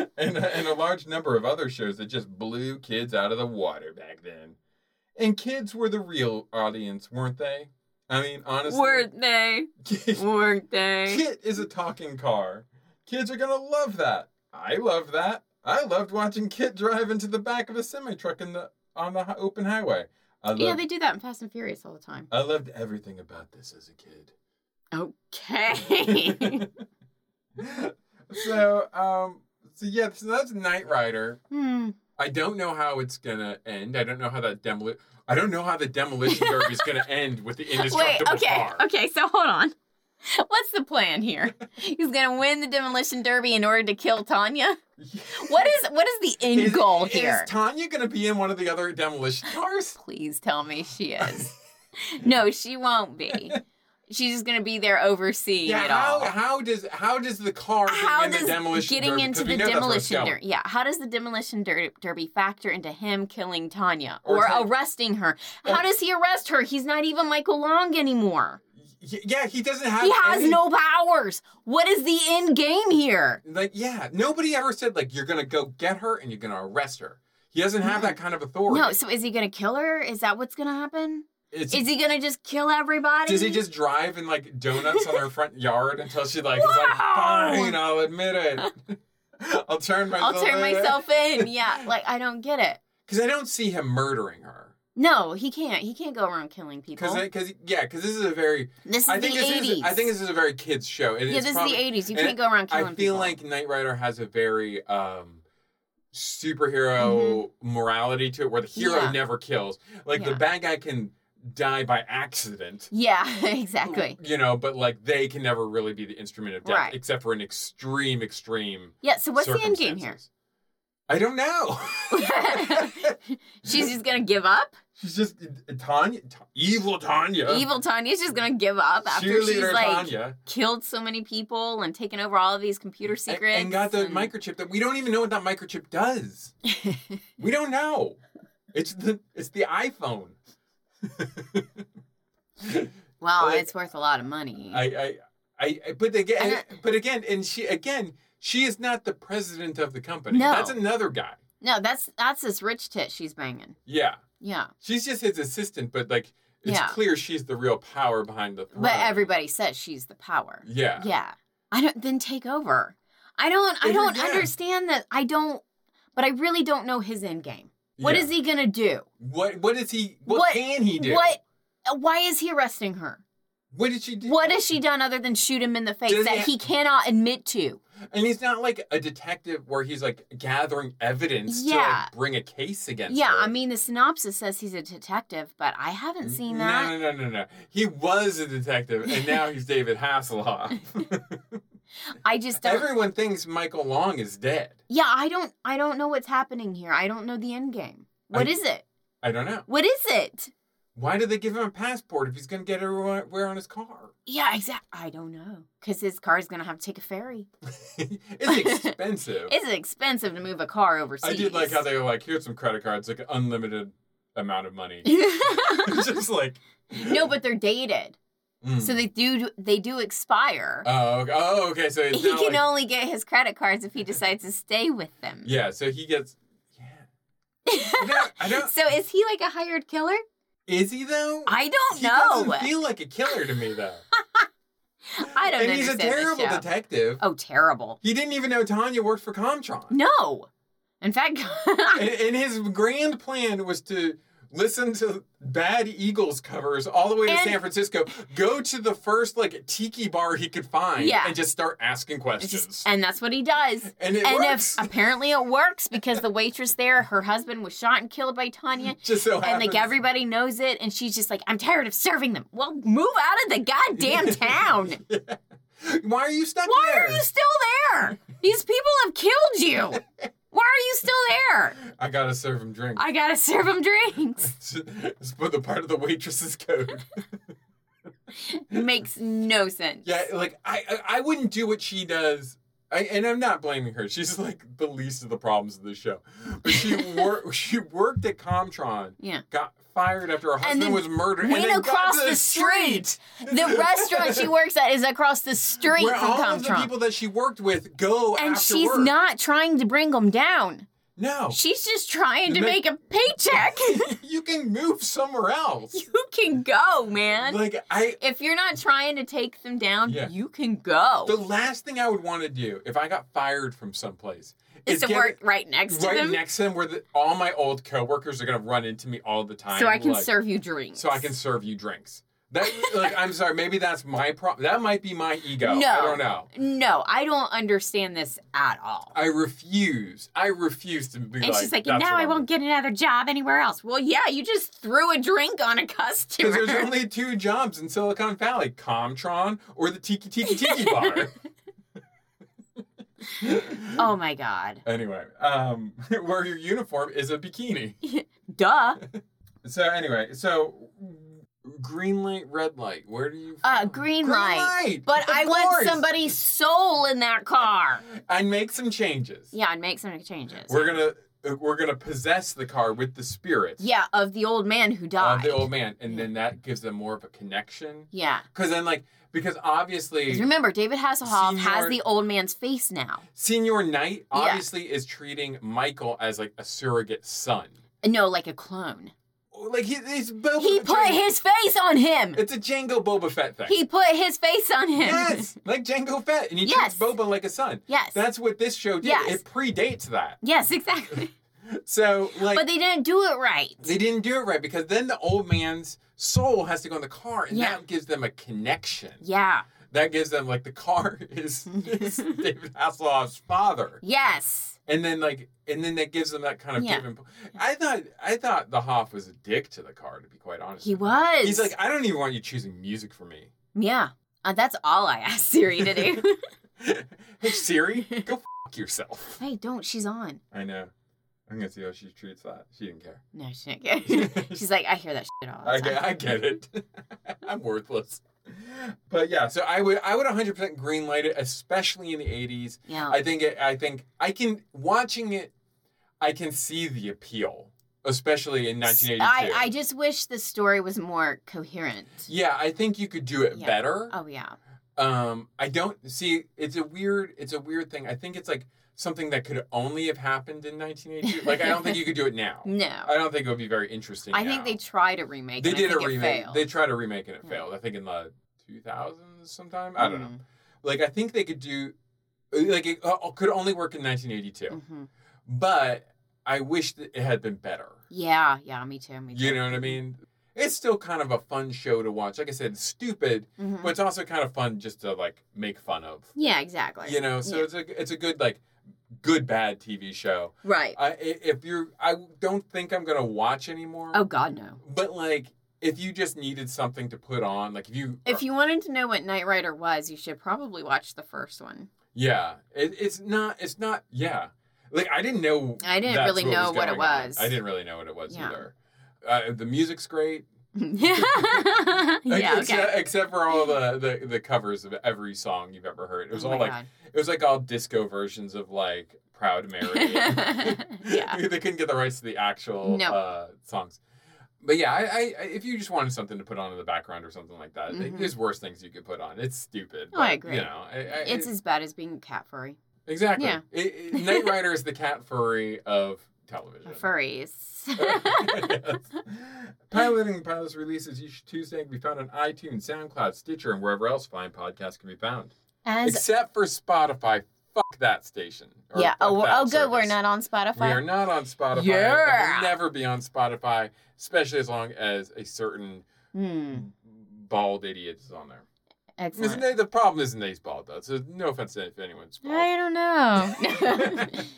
Speaker 3: and, and a large number of other shows that just blew kids out of the water back then. And kids were the real audience, weren't they? I mean, honestly.
Speaker 2: Weren't they? Weren't they?
Speaker 3: Kit is a talking car. Kids are gonna love that. I love that. I loved watching Kit drive into the back of a semi truck in the on the hi- open highway. I loved,
Speaker 2: Yeah, they do that in Fast and Furious all the time.
Speaker 3: I loved everything about this as a kid.
Speaker 2: Okay.
Speaker 3: so um, so yeah, so that's Knight Rider.
Speaker 2: hmm.
Speaker 3: I don't know how it's gonna end. I don't know how that demoli- I don't know how the demolition derby is gonna end with the
Speaker 2: Wait,
Speaker 3: indestructible
Speaker 2: okay.
Speaker 3: car.
Speaker 2: Okay, so hold on. What's the plan here? He's gonna win the demolition derby in order to kill Tanya? What is what is the end
Speaker 3: Is-
Speaker 2: goal here?
Speaker 3: Is Tanya gonna be in one of the other demolition cars?
Speaker 2: Please tell me she is. no, she won't be. She's just gonna be there overseeing it
Speaker 3: how,
Speaker 2: all.
Speaker 3: how does how does the car being
Speaker 2: how
Speaker 3: in the
Speaker 2: does
Speaker 3: demolition
Speaker 2: getting
Speaker 3: derby-
Speaker 2: into
Speaker 3: 'cause we
Speaker 2: the
Speaker 3: know that's where it's
Speaker 2: demolition
Speaker 3: going.
Speaker 2: derby? Yeah, how does the demolition der- derby factor into him killing Tanya
Speaker 3: Or
Speaker 2: or,
Speaker 3: Tanya-
Speaker 2: arresting her?
Speaker 3: Or-
Speaker 2: How does he arrest her? He's not even Michael Long anymore.
Speaker 3: Y- yeah he doesn't have
Speaker 2: He has
Speaker 3: any-
Speaker 2: no powers. What is the end game here?
Speaker 3: like yeah nobody ever said like you're gonna go get her and you're gonna arrest her he doesn't have that kind of authority
Speaker 2: No, so is he gonna kill her? Is that what's gonna happen?
Speaker 3: It's-
Speaker 2: Is he gonna just kill everybody?
Speaker 3: does he just drive and like donuts on her front yard until she like is like
Speaker 2: Wow.
Speaker 3: fine I'll admit it I'll turn
Speaker 2: I'll
Speaker 3: myself
Speaker 2: turn myself in. Yeah, like I don't get it.
Speaker 3: because I don't see him murdering her
Speaker 2: No, he can't. He can't go around killing people.
Speaker 3: because because yeah because this is a very
Speaker 2: this is
Speaker 3: I think
Speaker 2: the
Speaker 3: this is
Speaker 2: 80s.
Speaker 3: I think this is a very kids show and
Speaker 2: yeah,
Speaker 3: it's
Speaker 2: this
Speaker 3: probably,
Speaker 2: is the 80s. You
Speaker 3: and
Speaker 2: can't go around
Speaker 3: I
Speaker 2: killing
Speaker 3: feel
Speaker 2: people.
Speaker 3: like Knight Rider has a very um superhero morality to it where the hero
Speaker 2: Mm-hmm. Yeah.
Speaker 3: never kills. Like the
Speaker 2: Yeah.
Speaker 3: bad guy can die by accident.
Speaker 2: Yeah, exactly.
Speaker 3: You know, but like they can never really be the instrument of death
Speaker 2: Right.
Speaker 3: except for an extreme extreme
Speaker 2: Yeah, so what's the end game here?
Speaker 3: circumstances. I don't know.
Speaker 2: She's just gonna give up?
Speaker 3: She's just uh, Tanya, Ta- evil Tanya.
Speaker 2: Evil Tanya's just gonna give up after she's
Speaker 3: Cheerleader
Speaker 2: like
Speaker 3: Tanya.
Speaker 2: killed so many people and taken over all of these computer
Speaker 3: and-
Speaker 2: secrets.
Speaker 3: And got the microchip that we don't even know what that microchip does. we don't know. It's the it's the iPhone.
Speaker 2: Wow,
Speaker 3: Like-
Speaker 2: it's worth a lot of money.
Speaker 3: I I I, I but again,
Speaker 2: And I-
Speaker 3: but again, and she again, she is not the president of the company.
Speaker 2: No.
Speaker 3: That's another guy.
Speaker 2: No, that's that's this rich tit she's banging.
Speaker 3: Yeah,
Speaker 2: Yeah.
Speaker 3: she's just his assistant, but like it's
Speaker 2: Yeah.
Speaker 3: clear she's the real power behind the throne.
Speaker 2: But everybody says she's the power.
Speaker 3: Yeah.
Speaker 2: Yeah. I don't then take over. I don't I
Speaker 3: Every-
Speaker 2: don't
Speaker 3: yeah.
Speaker 2: understand that I don't but I really don't know his end game. What
Speaker 3: Yeah.
Speaker 2: is he gonna do?
Speaker 3: What what is he? What,
Speaker 2: What-
Speaker 3: can he do?
Speaker 2: What why is he arresting her?
Speaker 3: What did she do?
Speaker 2: What has she done other than shoot him in the face
Speaker 3: Does
Speaker 2: that
Speaker 3: it-
Speaker 2: he cannot admit to?
Speaker 3: And he's not like a detective where he's like gathering evidence to
Speaker 2: Yeah.
Speaker 3: like bring a case against.
Speaker 2: Yeah,
Speaker 3: her.
Speaker 2: I mean the synopsis says he's a detective, but I haven't seen that.
Speaker 3: No, no, no, no, no. He was a detective, and now he's David Hasselhoff.
Speaker 2: I just don't
Speaker 3: Everyone thinks Michael Long is dead.
Speaker 2: Yeah, I don't I don't know what's happening here. I don't know the end game. What
Speaker 3: I-
Speaker 2: is it?
Speaker 3: I don't know.
Speaker 2: What is it?
Speaker 3: Why did they give him a passport if he's going to get everywhere on his car?
Speaker 2: Yeah, exactly. I don't know. Because his car's going to have to take a ferry.
Speaker 3: it's expensive.
Speaker 2: It's expensive to move a car overseas.
Speaker 3: I did like how they were like, here's some credit cards, like unlimited amount of money. Just like.
Speaker 2: no, but they're dated,
Speaker 3: mm.
Speaker 2: so they do they do expire.
Speaker 3: Oh, okay. Oh, okay. So it's
Speaker 2: he
Speaker 3: not
Speaker 2: can
Speaker 3: like-
Speaker 2: only get his credit cards if he decides to stay with them.
Speaker 3: Yeah, so he gets. Yeah. I don't. I don't
Speaker 2: So is he like a hired killer?
Speaker 3: is he though?
Speaker 2: I don't
Speaker 3: he
Speaker 2: know.
Speaker 3: doesn't feel like a killer to me though.
Speaker 2: I don't
Speaker 3: and
Speaker 2: understand
Speaker 3: he's a
Speaker 2: this
Speaker 3: terrible
Speaker 2: show.
Speaker 3: detective.
Speaker 2: Oh, terrible!
Speaker 3: He didn't even know Tanya worked for Comtron.
Speaker 2: No, in fact,
Speaker 3: And, and his grand plan was to listen to bad Eagles covers all the way to
Speaker 2: And-
Speaker 3: San Francisco, go to the first like tiki bar he could find,
Speaker 2: Yeah.
Speaker 3: and just start asking
Speaker 2: It's
Speaker 3: questions.
Speaker 2: just- and that's what he does.
Speaker 3: And it
Speaker 2: and
Speaker 3: works.
Speaker 2: if apparently it works because the waitress there, her husband was shot and killed by Tanya.
Speaker 3: just so
Speaker 2: And like
Speaker 3: happens-
Speaker 2: everybody knows it, and she's just like, I'm tired of serving them. Well, move out of the goddamn town.
Speaker 3: Why are you stuck
Speaker 2: Why
Speaker 3: there?
Speaker 2: are you still there? These people have killed you. Why are you still there?
Speaker 3: I gotta serve him drinks.
Speaker 2: I gotta serve them drinks.
Speaker 3: it's for the part of the waitress's code.
Speaker 2: Makes no sense.
Speaker 3: Yeah, like I, I, I wouldn't do what she does. I, and I'm not blaming her. She's like the least of the problems of this show. But she worked. she worked at Comtron.
Speaker 2: Yeah.
Speaker 3: Got fired after her
Speaker 2: And
Speaker 3: husband
Speaker 2: then
Speaker 3: was murdered. and
Speaker 2: went
Speaker 3: then got
Speaker 2: across
Speaker 3: to
Speaker 2: the street. The restaurant she works at is across the street
Speaker 3: where
Speaker 2: from
Speaker 3: all of the
Speaker 2: Comtron.
Speaker 3: people that she worked with go
Speaker 2: and
Speaker 3: after
Speaker 2: she's
Speaker 3: work.
Speaker 2: not trying to bring them down.
Speaker 3: No,
Speaker 2: She's just trying to
Speaker 3: Ma-
Speaker 2: make a paycheck.
Speaker 3: you can move somewhere else.
Speaker 2: you can go, man.
Speaker 3: Like I,
Speaker 2: if you're not trying to take them down,
Speaker 3: Yeah.
Speaker 2: you can go.
Speaker 3: the last thing I would want to do if I got fired from someplace
Speaker 2: is to
Speaker 3: get-
Speaker 2: work right next to
Speaker 3: right
Speaker 2: them
Speaker 3: next to them where the, all my old coworkers are gonna run into me all the time.
Speaker 2: so I can
Speaker 3: like,
Speaker 2: serve you drinks.
Speaker 3: So I can serve you drinks. That like I'm sorry, maybe that's my problem. That might be my ego.
Speaker 2: No.
Speaker 3: I don't know.
Speaker 2: No, I don't understand this at all.
Speaker 3: I refuse. I refuse to be
Speaker 2: and
Speaker 3: like.
Speaker 2: she's like,
Speaker 3: "That's
Speaker 2: now
Speaker 3: what
Speaker 2: I
Speaker 3: I'm
Speaker 2: won't
Speaker 3: gonna
Speaker 2: get another job anywhere else. Well, yeah, you just threw a drink on a
Speaker 3: do."
Speaker 2: customer.
Speaker 3: 'Cause there's only two jobs in Silicon Valley: Comtron or the Tiki Tiki Tiki Bar.
Speaker 2: oh my god.
Speaker 3: Anyway, um, where your uniform is a bikini.
Speaker 2: Duh.
Speaker 3: So anyway, so green light, red light. Where do you?
Speaker 2: Uh,
Speaker 3: fall?
Speaker 2: green, light. But
Speaker 3: of
Speaker 2: I
Speaker 3: course.
Speaker 2: want somebody's soul in that car.
Speaker 3: And make some changes.
Speaker 2: Yeah, and make some changes.
Speaker 3: We're gonna uh, we're gonna possess the car with the spirit.
Speaker 2: yeah, of the old man who died.
Speaker 3: of the old man, and then that gives them more of a connection.
Speaker 2: yeah.
Speaker 3: Because then, like, because
Speaker 2: 'Cause
Speaker 3: obviously,
Speaker 2: remember, David Hasselhoff has
Speaker 3: Senior-
Speaker 2: the old man's face now.
Speaker 3: Senior Knight obviously is treating Michael as like a surrogate son.
Speaker 2: No, like a clone.
Speaker 3: Like he, he's Boba
Speaker 2: He put his face on him.
Speaker 3: It's a Django Boba Fett thing.
Speaker 2: He put his face on him.
Speaker 3: yes, like Django Fett, and he
Speaker 2: Yes.
Speaker 3: treats Boba like a son.
Speaker 2: Yes.
Speaker 3: That's what this show did.
Speaker 2: Yes.
Speaker 3: It predates that.
Speaker 2: Yes, exactly.
Speaker 3: So like,
Speaker 2: but they didn't do it right.
Speaker 3: they didn't do it right because then the old man's soul has to go in the car, and
Speaker 2: Yeah.
Speaker 3: that gives them a connection.
Speaker 2: Yeah.
Speaker 3: That gives them like the car is, is David Hasselhoff's father,
Speaker 2: Yes.
Speaker 3: and then like and then that gives them that kind of
Speaker 2: Yeah.
Speaker 3: give and po- I thought I thought the Hoff was a dick to the car, to be quite honest.
Speaker 2: He
Speaker 3: with you.
Speaker 2: was.
Speaker 3: He's like, I don't even want you choosing music for me.
Speaker 2: yeah. Uh, that's all I asked Siri to do.
Speaker 3: hey Siri, go f- yourself.
Speaker 2: hey, don't. She's on.
Speaker 3: I know. I'm gonna see how she treats that. She didn't care.
Speaker 2: No, she didn't care. She's like, I hear that shit all the
Speaker 3: I
Speaker 2: time.
Speaker 3: get, I get it. I'm worthless. But yeah, so I would I would 100% greenlight it, especially in the 80s.
Speaker 2: Yeah.
Speaker 3: I think it, I think I can watching it, I can see the appeal, especially in 1982.
Speaker 2: I, I just wish the story was more coherent.
Speaker 3: yeah, I think you could do it
Speaker 2: Yeah.
Speaker 3: better.
Speaker 2: Oh yeah.
Speaker 3: Um, I don't see. It's a weird. It's a weird thing. I think it's like something that could only have happened in 1982. like I don't think you could do it now.
Speaker 2: No.
Speaker 3: I don't think it would be very interesting.
Speaker 2: I think
Speaker 3: now.
Speaker 2: they tried a remake.
Speaker 3: they
Speaker 2: and
Speaker 3: did
Speaker 2: I
Speaker 3: a
Speaker 2: think it
Speaker 3: remake.
Speaker 2: failed. Hmm.
Speaker 3: They tried a remake and it failed. I think in the 2000s sometime. I don't know.
Speaker 2: Mm-hmm. Hmm.
Speaker 3: Like I think they could do. Like it uh, could only work in 1982,
Speaker 2: hmm
Speaker 3: but I wish that it had been better.
Speaker 2: Yeah, yeah, me too. Me too.
Speaker 3: You know what I mean? It's still kind of a fun show to watch. Like I said, stupid,
Speaker 2: Mhm.
Speaker 3: but it's also kind of fun just to like make fun of.
Speaker 2: Yeah, exactly.
Speaker 3: You know, so
Speaker 2: Yeah.
Speaker 3: it's a it's a good like good bad TV show.
Speaker 2: right.
Speaker 3: I i- if you're I don't think I'm gonna watch anymore.
Speaker 2: Oh God, no.
Speaker 3: But like if you just needed something to put on, like if you uh,
Speaker 2: If you wanted to know what Knight Rider was, you should probably watch the first one.
Speaker 3: yeah, it, it's not it's not yeah. Like I didn't know.
Speaker 2: I didn't
Speaker 3: that's
Speaker 2: really know
Speaker 3: was
Speaker 2: what it
Speaker 3: going on.
Speaker 2: was.
Speaker 3: I didn't really know what it was
Speaker 2: Yeah.
Speaker 3: either. Uh, the music's great.
Speaker 2: yeah.
Speaker 3: Except,
Speaker 2: Okay.
Speaker 3: except for all the, the the covers of every song you've ever heard. It was
Speaker 2: Oh
Speaker 3: all
Speaker 2: my
Speaker 3: like
Speaker 2: God.
Speaker 3: it was like all disco versions of like Proud Mary.
Speaker 2: Yeah.
Speaker 3: they couldn't get the rights to the actual
Speaker 2: No.
Speaker 3: uh, songs. But yeah, I, I- I if you just wanted something to put on in the background or something like that,
Speaker 2: Mhm.
Speaker 3: there's worse things you could put on. It's stupid.
Speaker 2: Oh, I
Speaker 3: but,
Speaker 2: agree.
Speaker 3: You know, I, I,
Speaker 2: It's as bad as being cat furry.
Speaker 3: exactly.
Speaker 2: yeah.
Speaker 3: It, it, Knight Rider is the cat furry of television.
Speaker 2: Furries.
Speaker 3: yes. Piloting Pilots releases each Tuesday can be found on iTunes, SoundCloud, Stitcher, and wherever else fine podcasts can be found.
Speaker 2: As
Speaker 3: Except for Spotify. Fuck that station. or
Speaker 2: yeah.
Speaker 3: fuck
Speaker 2: Oh, we're-
Speaker 3: that
Speaker 2: oh, good. We're
Speaker 3: service.
Speaker 2: not on Spotify.
Speaker 3: We are not on Spotify.
Speaker 2: Yeah.
Speaker 3: We'll never be on Spotify, especially as long as a certain
Speaker 2: Hmm.
Speaker 3: bald idiot is on there. Isn't
Speaker 2: Excellent.
Speaker 3: it- the problem isn't that he's bald though. So no offense to if anyone's
Speaker 2: I
Speaker 3: bald.
Speaker 2: don't know.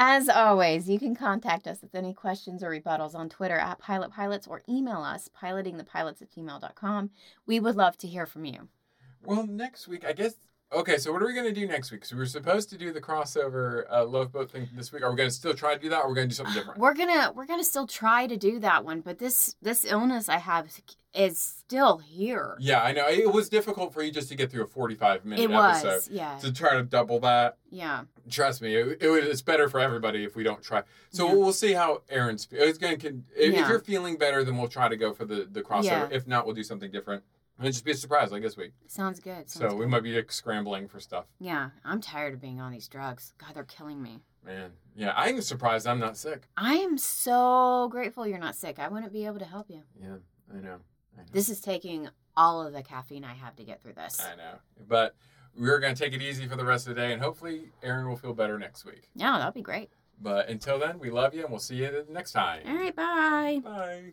Speaker 2: As always, you can contact us with any questions or rebuttals on Twitter at Pilot Pilots or email us pilotingthepilots at gmail.com. We would love to hear from you.
Speaker 3: well, next week I guess. Okay, so what are we going to do next week? So we were supposed to do the crossover uh, love boat thing this week. Are we going to still try to do that? or We're going to do something different.
Speaker 2: We're gonna we're gonna still try to do that one, but this this illness I have is still here.
Speaker 3: Yeah, I know it was difficult for you just to get through a forty-five minute
Speaker 2: it was,
Speaker 3: episode.
Speaker 2: yeah,
Speaker 3: To try to double that,
Speaker 2: yeah.
Speaker 3: Trust me, it, it, would- it's better for everybody if we don't try. So
Speaker 2: Yeah.
Speaker 3: we'll see how Aaron's. It's going to. If, if
Speaker 2: Yeah.
Speaker 3: you're feeling better, then we'll try to go for the the crossover.
Speaker 2: Yeah.
Speaker 3: If not, we'll do something different. And just be a surprise like this week.
Speaker 2: Sounds good.
Speaker 3: so
Speaker 2: Sounds
Speaker 3: we
Speaker 2: good.
Speaker 3: might be like, scrambling for stuff.
Speaker 2: yeah, I'm tired of being on these drugs. God, they're killing me.
Speaker 3: Man, yeah, I'm surprised I'm not sick.
Speaker 2: I am so grateful you're not sick. I wouldn't be able to help you.
Speaker 3: Yeah, I know. I know.
Speaker 2: This is taking all of the caffeine I have to get through this.
Speaker 3: I know, but we're going to take it easy for the rest of the day, and hopefully Aaron will feel better next week.
Speaker 2: Yeah, that'd be great.
Speaker 3: But until then, we love you, and we'll see you next time.
Speaker 2: All right, bye.
Speaker 3: Bye.